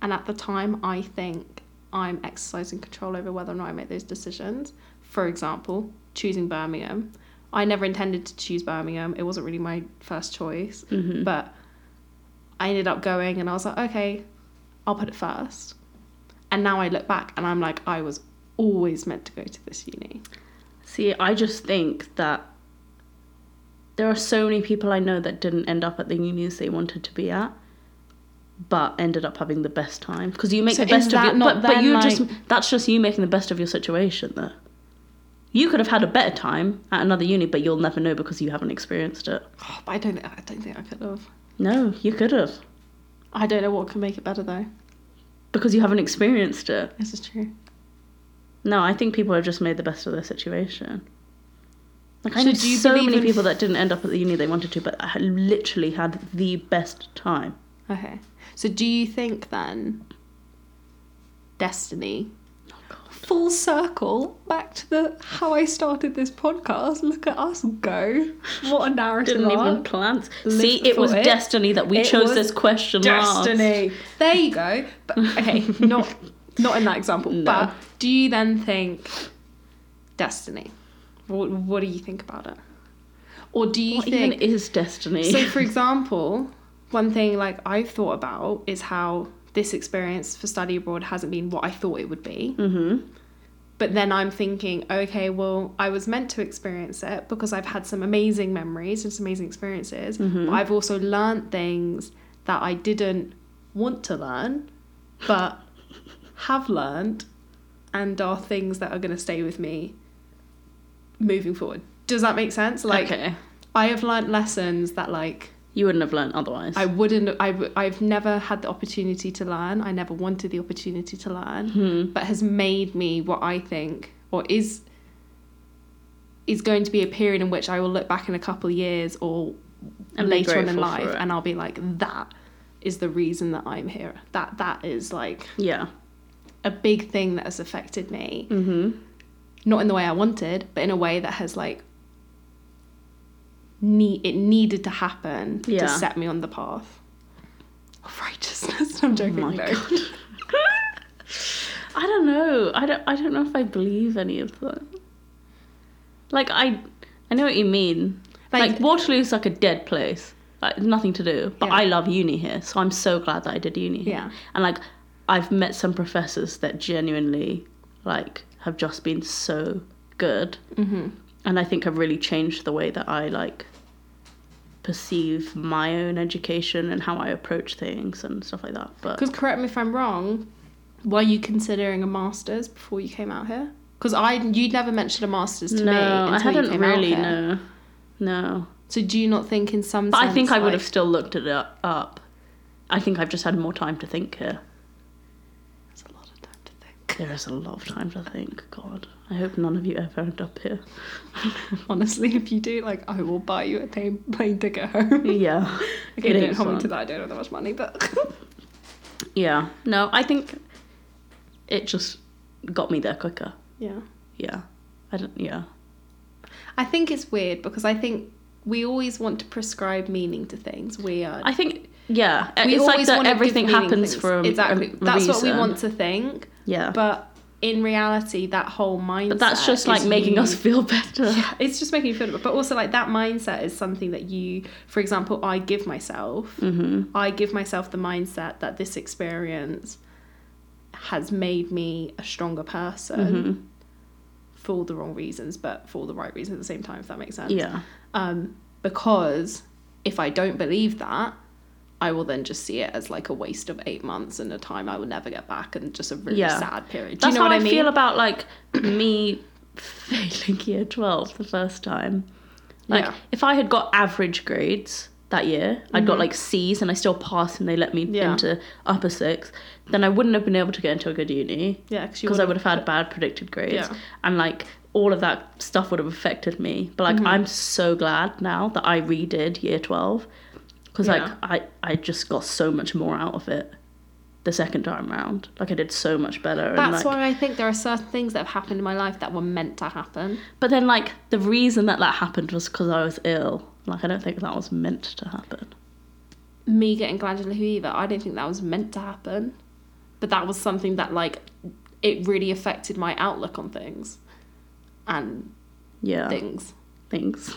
Speaker 1: and at the time I think I'm exercising control over whether or not I make those decisions. For example, choosing Birmingham. I never intended to choose Birmingham. It wasn't really my first choice,
Speaker 2: Mhm.
Speaker 1: but I ended up going and I was like, okay, I'll put it first. And now I look back and I'm like, I was always meant to go to this uni.
Speaker 2: See, I just think that there are so many people I know that didn't end up at the unis they wanted to be at, but ended up having the best time because you make
Speaker 1: So
Speaker 2: the best
Speaker 1: is
Speaker 2: of
Speaker 1: that
Speaker 2: your.
Speaker 1: not
Speaker 2: But, but
Speaker 1: then,
Speaker 2: you
Speaker 1: like-
Speaker 2: just that's just you making the best of your situation though. You could have had a better time at another uni, but you'll never know because you haven't experienced it.
Speaker 1: Oh, but I don't, I don't think I could have.
Speaker 2: No, you could have
Speaker 1: I don't know what can make it better though.
Speaker 2: because you haven't experienced it.
Speaker 1: This is true.
Speaker 2: No, I think people have just made the best of their situation. Like I
Speaker 1: So
Speaker 2: know
Speaker 1: do you
Speaker 2: so
Speaker 1: believe
Speaker 2: many
Speaker 1: in-
Speaker 2: people that didn't end up at the uni they wanted to, but I literally had the best time.
Speaker 1: Okay. So do you think then destiny full circle back to the how I started this podcast. Look at us go. What a narrative.
Speaker 2: Didn't even
Speaker 1: arc.
Speaker 2: plan.
Speaker 1: Lived
Speaker 2: See, it was
Speaker 1: for it.
Speaker 2: destiny that we
Speaker 1: It
Speaker 2: chose
Speaker 1: was
Speaker 2: this question last.
Speaker 1: Destiny. There you go. But okay, not not in that example.
Speaker 2: No.
Speaker 1: But do you then think destiny? What, what do you think about it? Or do you
Speaker 2: What even
Speaker 1: think
Speaker 2: is destiny?
Speaker 1: so? For example, one thing like I've thought about is how this experience for study abroad hasn't been what I thought it would be.
Speaker 2: mm-hmm.
Speaker 1: But then I'm thinking, okay, well, I was meant to experience it because I've had some amazing memories and some amazing experiences. But I've also learned things that I didn't want to learn, but have learned and are things that are going to stay with me moving forward. Does that make sense? Like,
Speaker 2: okay,
Speaker 1: I have learned lessons that, like,
Speaker 2: you wouldn't have learned otherwise.
Speaker 1: I wouldn't, I, w- I've never had the opportunity to learn. I never wanted the opportunity to learn
Speaker 2: Mhm.
Speaker 1: but has made me what I think or is is going to be a period in which I will look back in a couple of years or
Speaker 2: And be
Speaker 1: later on in
Speaker 2: grateful for
Speaker 1: life
Speaker 2: it.
Speaker 1: and I'll be like that is the reason that I'm here. That that is like
Speaker 2: Yeah.
Speaker 1: a big thing that has affected me.
Speaker 2: Mm-hmm.
Speaker 1: Not in the way I wanted, but in a way that has like need it needed to happen
Speaker 2: Yeah.
Speaker 1: to set me on the path Oh of righteousness. I'm joking.
Speaker 2: my
Speaker 1: no.
Speaker 2: God. I don't know. I don't. I don't know if I believe any of that. Like I, I know what you mean. Like,
Speaker 1: Like-
Speaker 2: Waterloo's like a dead place. Like nothing to do. But
Speaker 1: Yeah.
Speaker 2: I love uni here, so I'm so glad that I did uni. Here.
Speaker 1: Yeah.
Speaker 2: And like, I've met some professors that genuinely, like, have just been so good,
Speaker 1: Mm-hmm.
Speaker 2: and I think have really changed the way that I like perceive my own education and how I approach things and stuff like that. But
Speaker 1: Because correct me if I'm wrong, were you considering a master's before you came out here? Because I you'd never mentioned a master's to
Speaker 2: no,
Speaker 1: me.
Speaker 2: I
Speaker 1: until you
Speaker 2: hadn't
Speaker 1: came out
Speaker 2: really.
Speaker 1: here.
Speaker 2: No, no.
Speaker 1: So do you not think in some?
Speaker 2: But
Speaker 1: sense,
Speaker 2: I think I would
Speaker 1: like-
Speaker 2: have still looked it up- up. I think I've just had more time to think here.
Speaker 1: That's a lot of time to think.
Speaker 2: There is a lot of time to think. God, I hope none of you ever end up here.
Speaker 1: Honestly, if you do, like, I will buy you a plane, plane to go home.
Speaker 2: Yeah.
Speaker 1: okay,
Speaker 2: It
Speaker 1: don't
Speaker 2: is
Speaker 1: hold me to
Speaker 2: fun.
Speaker 1: that. I don't have that much money, but
Speaker 2: Yeah. No, I think it just got me there quicker.
Speaker 1: yeah.
Speaker 2: Yeah. I don't. Yeah.
Speaker 1: I think it's weird because I think we always want to prescribe meaning to things. We are.
Speaker 2: I think. Yeah.
Speaker 1: we
Speaker 2: it's like
Speaker 1: always
Speaker 2: that
Speaker 1: wanna give
Speaker 2: everything
Speaker 1: meaning
Speaker 2: happens
Speaker 1: things.
Speaker 2: for a,
Speaker 1: exactly.
Speaker 2: a
Speaker 1: That's what we
Speaker 2: reason.
Speaker 1: want to think,
Speaker 2: Yeah.
Speaker 1: but
Speaker 2: But,
Speaker 1: in reality, that whole mindset.
Speaker 2: that's just like
Speaker 1: is
Speaker 2: making
Speaker 1: you-
Speaker 2: us feel better.
Speaker 1: Yeah, it's just making you feel better. But also, like, that mindset is something that you, for example, I give myself.
Speaker 2: Mm-hmm.
Speaker 1: I give myself the mindset that this experience has made me a stronger person
Speaker 2: Mhm.
Speaker 1: for all the wrong reasons, but for all the right reasons at the same time, if that makes sense.
Speaker 2: Yeah.
Speaker 1: Um, because if I don't believe that, I will then just see it as like a waste of eight months and a time I will never get back and just a really
Speaker 2: Yeah.
Speaker 1: sad period. Do
Speaker 2: That's
Speaker 1: you know
Speaker 2: how
Speaker 1: what
Speaker 2: I,
Speaker 1: I, mean?
Speaker 2: feel about like me failing year twelve the first time. Like
Speaker 1: Yeah.
Speaker 2: if I had got average grades that year, I'd got like C's and I still passed and they let me
Speaker 1: Mm-hmm. Yeah.
Speaker 2: into upper six, then I wouldn't have been able to get into a good uni
Speaker 1: yeah, because
Speaker 2: because I would have had bad predicted grades
Speaker 1: Yeah.
Speaker 2: and like all of that stuff would have affected me. But like
Speaker 1: Mm-hmm.
Speaker 2: I'm so glad now that I redid year twelve because
Speaker 1: Yeah.
Speaker 2: like I I just got so much more out of it the second time round. Like I did so much better. and,
Speaker 1: That's
Speaker 2: like,
Speaker 1: why I think there are certain things that have happened in my life that were meant to happen.
Speaker 2: But then, like, the reason that that happened was because I was ill. Like, I don't think that was meant to happen.
Speaker 1: me getting glandular fever, I didn't think that was meant to happen. But that was something that like it really affected my outlook on things and
Speaker 2: Yeah.
Speaker 1: things.
Speaker 2: Things.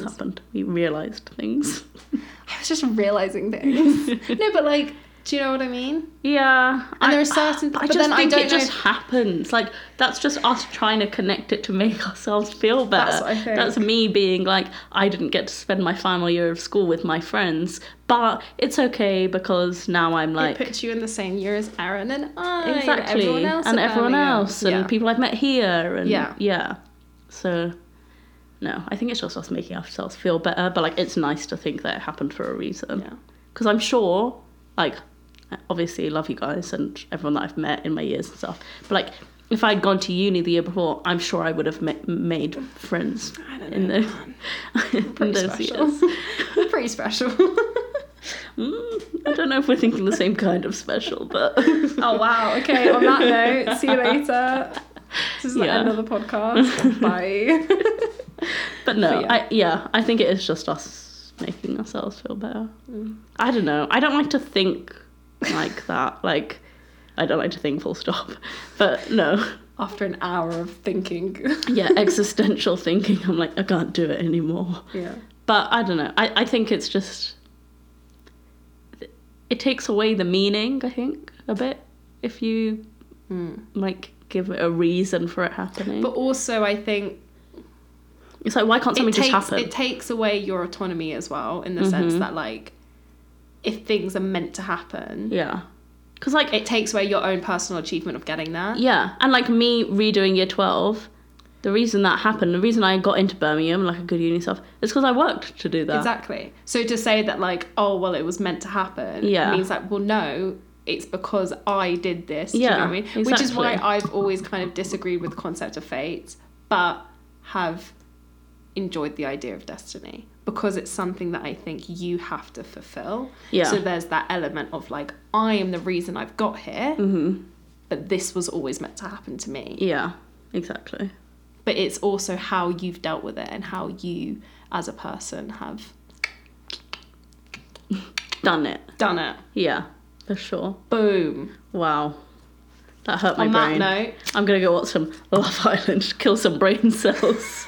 Speaker 1: Things.
Speaker 2: happened. We realised things.
Speaker 1: I was just realizing things. no, but like, do you know what I mean?
Speaker 2: Yeah.
Speaker 1: And there are certain-
Speaker 2: I
Speaker 1: but
Speaker 2: just
Speaker 1: then I
Speaker 2: think
Speaker 1: don't
Speaker 2: it
Speaker 1: know
Speaker 2: just
Speaker 1: if-
Speaker 2: happens. Like, that's just us trying to connect it to make ourselves feel better.
Speaker 1: That's what I think.
Speaker 2: That's me being like, I didn't get to spend my final year of school with my friends, but it's okay because now I'm like.
Speaker 1: it puts you in the same year as Aaron and I, and
Speaker 2: exactly
Speaker 1: everyone else,
Speaker 2: and
Speaker 1: at
Speaker 2: everyone
Speaker 1: Birmingham.
Speaker 2: else and
Speaker 1: Yeah.
Speaker 2: people i've met here and yeah
Speaker 1: Yeah.
Speaker 2: so no i think it's just us making ourselves feel better but like it's nice to think that it happened for a reason
Speaker 1: Yeah.
Speaker 2: because i'm sure like I obviously love you guys and everyone that i've met in my years and stuff but like if i'd gone to uni the year before i'm sure i would have ma- made friends
Speaker 1: I don't
Speaker 2: in
Speaker 1: know,
Speaker 2: those, in
Speaker 1: Pretty
Speaker 2: those
Speaker 1: special.
Speaker 2: years
Speaker 1: Pretty special.
Speaker 2: Mm, i don't know if we're thinking the same kind of special but
Speaker 1: oh wow. Okay, on that note, see you later. This is
Speaker 2: Yeah.
Speaker 1: another podcast. Bye.
Speaker 2: But no,
Speaker 1: But yeah.
Speaker 2: I yeah, I think it is just us making ourselves feel better.
Speaker 1: Mm.
Speaker 2: I don't know. I don't like to think like that. Like I don't like to think full stop. But no.
Speaker 1: After an hour of thinking.
Speaker 2: Yeah, existential thinking. I'm like, I can't do it anymore.
Speaker 1: Yeah.
Speaker 2: But I don't know. I, I think it's just it takes away the meaning, I think, a bit. If you like give it a reason for it happening.
Speaker 1: But also, I think
Speaker 2: it's like why can't something
Speaker 1: it takes,
Speaker 2: just Mm-hmm. happen?
Speaker 1: it takes away your autonomy as well, in the sense that, like, if things are meant to happen,
Speaker 2: yeah. Cause like
Speaker 1: it takes away your own personal achievement of getting there.
Speaker 2: Yeah, and like me redoing year 12, the reason that happened, the reason I got into Birmingham, like a good uni stuff, is because I worked to do that.
Speaker 1: Exactly. So to say that, like, oh, well, it was meant to happen,
Speaker 2: Yeah.
Speaker 1: means like, well, no. It's because I did this. do
Speaker 2: Yeah,
Speaker 1: you know what I mean? Which is why
Speaker 2: exactly.
Speaker 1: I've always kind of disagreed with the concept of fate, but have enjoyed the idea of destiny. because it's something that I think you have to fulfill.
Speaker 2: Yeah.
Speaker 1: So there's that element of like, I am the reason I've got here, but this was always meant to happen to me.
Speaker 2: Mm-hmm. Yeah, exactly.
Speaker 1: But it's also how you've dealt with it and how you, as a person, have
Speaker 2: Done it.
Speaker 1: done it.
Speaker 2: Yeah, for sure.
Speaker 1: Boom.
Speaker 2: Wow. That hurt my
Speaker 1: On
Speaker 2: brain.
Speaker 1: that note,
Speaker 2: I'm gonna go watch some Love Island, kill some brain cells.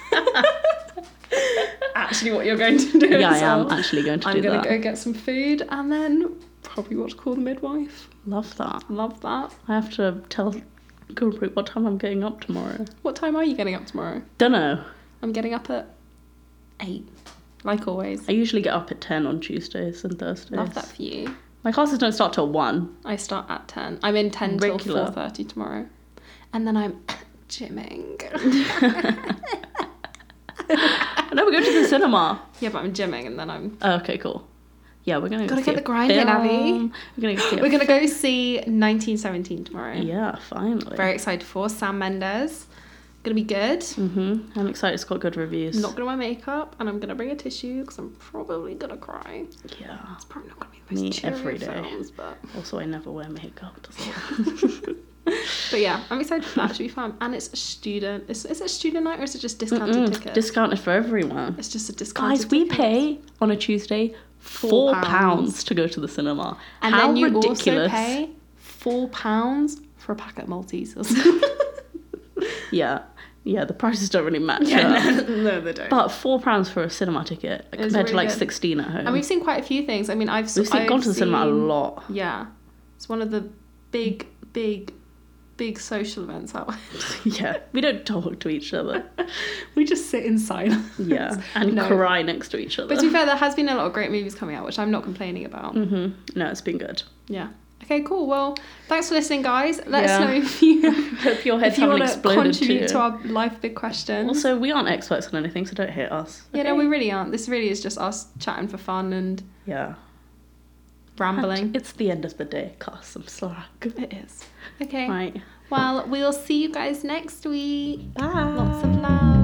Speaker 1: actually, what you're going to do
Speaker 2: yeah, I
Speaker 1: is
Speaker 2: am
Speaker 1: I'll-
Speaker 2: actually going to
Speaker 1: I'm
Speaker 2: do
Speaker 1: going
Speaker 2: that.
Speaker 1: to go get some food and then probably watch Call the Midwife.
Speaker 2: Love that.
Speaker 1: Love that.
Speaker 2: I have to tell Guru what time I'm getting up tomorrow.
Speaker 1: What time are you getting up tomorrow?
Speaker 2: Dunno.
Speaker 1: I'm getting up at 8, like always.
Speaker 2: I usually get up at ten on Tuesdays and Thursdays.
Speaker 1: Love that for you.
Speaker 2: My classes don't start till one.
Speaker 1: I start at 10. I'm in 10 till
Speaker 2: Regular.
Speaker 1: 4.30 tomorrow. And then I'm gymming.
Speaker 2: No, we're going to the cinema.
Speaker 1: yeah, but I'm gymming and then I'm...
Speaker 2: Oh, okay, cool. Yeah, we're gonna go
Speaker 1: Gotta
Speaker 2: see
Speaker 1: get
Speaker 2: a
Speaker 1: the grind in,
Speaker 2: film.
Speaker 1: Abby.
Speaker 2: We're gonna go see a
Speaker 1: We're going to go see 1917 tomorrow.
Speaker 2: Yeah, finally.
Speaker 1: Very excited for Sam Mendes. Gonna be good.
Speaker 2: hmm I'm excited. It's got good reviews.
Speaker 1: I'm not gonna wear makeup and I'm gonna bring a tissue because I'm probably gonna cry.
Speaker 2: Yeah.
Speaker 1: It's probably not gonna be the most
Speaker 2: Me
Speaker 1: cheery of
Speaker 2: every day.
Speaker 1: films, but
Speaker 2: Also, I never wear makeup. so-
Speaker 1: but yeah, I'm excited for that. It should be fun. And it's a student. Is, is it student night or is it just discounted
Speaker 2: Mm-mm,
Speaker 1: ticket?
Speaker 2: Discounted for everyone.
Speaker 1: it's just a discounted.
Speaker 2: Guys, we
Speaker 1: ticket.
Speaker 2: pay on a Tuesday
Speaker 1: Four
Speaker 2: four
Speaker 1: pounds.
Speaker 2: pounds to go to the cinema.
Speaker 1: and
Speaker 2: How
Speaker 1: then you
Speaker 2: ridiculous!
Speaker 1: also pay four pounds for a packet of Maltesers.
Speaker 2: Yeah, yeah. The prices don't really match up.
Speaker 1: yeah, no, no, they don't.
Speaker 2: But four pounds for a cinema ticket compared
Speaker 1: really
Speaker 2: to like
Speaker 1: good.
Speaker 2: sixteen at home.
Speaker 1: and we've seen quite a few things. I mean, I've
Speaker 2: We've seen,
Speaker 1: I've
Speaker 2: gone to the cinema a
Speaker 1: seen-
Speaker 2: lot.
Speaker 1: Yeah, it's one of the big, big, big social events out.
Speaker 2: yeah, we don't talk to each other.
Speaker 1: we just sit in silence.
Speaker 2: Yeah, and
Speaker 1: No.
Speaker 2: cry next to each other.
Speaker 1: But to be fair, there has been a lot of great movies coming out, which I'm not complaining about.
Speaker 2: hmm No, it's been good.
Speaker 1: Yeah. Okay, cool. Well, thanks for listening, guys. Let us
Speaker 2: Yeah.
Speaker 1: know if you
Speaker 2: Hope your heads
Speaker 1: if you
Speaker 2: haven't
Speaker 1: want to
Speaker 2: exploded
Speaker 1: contribute
Speaker 2: too.
Speaker 1: to our life big questions.
Speaker 2: Also, we aren't experts on anything, so don't hate us.
Speaker 1: yeah, no,
Speaker 2: okay?
Speaker 1: we really aren't. This really is just us chatting for fun and
Speaker 2: Yeah.
Speaker 1: rambling.
Speaker 2: And it's the end of the day. Cut us some slack.
Speaker 1: It is. Okay.
Speaker 2: Right.
Speaker 1: Well, we'll see you guys next week.
Speaker 2: Bye.
Speaker 1: Lots of love.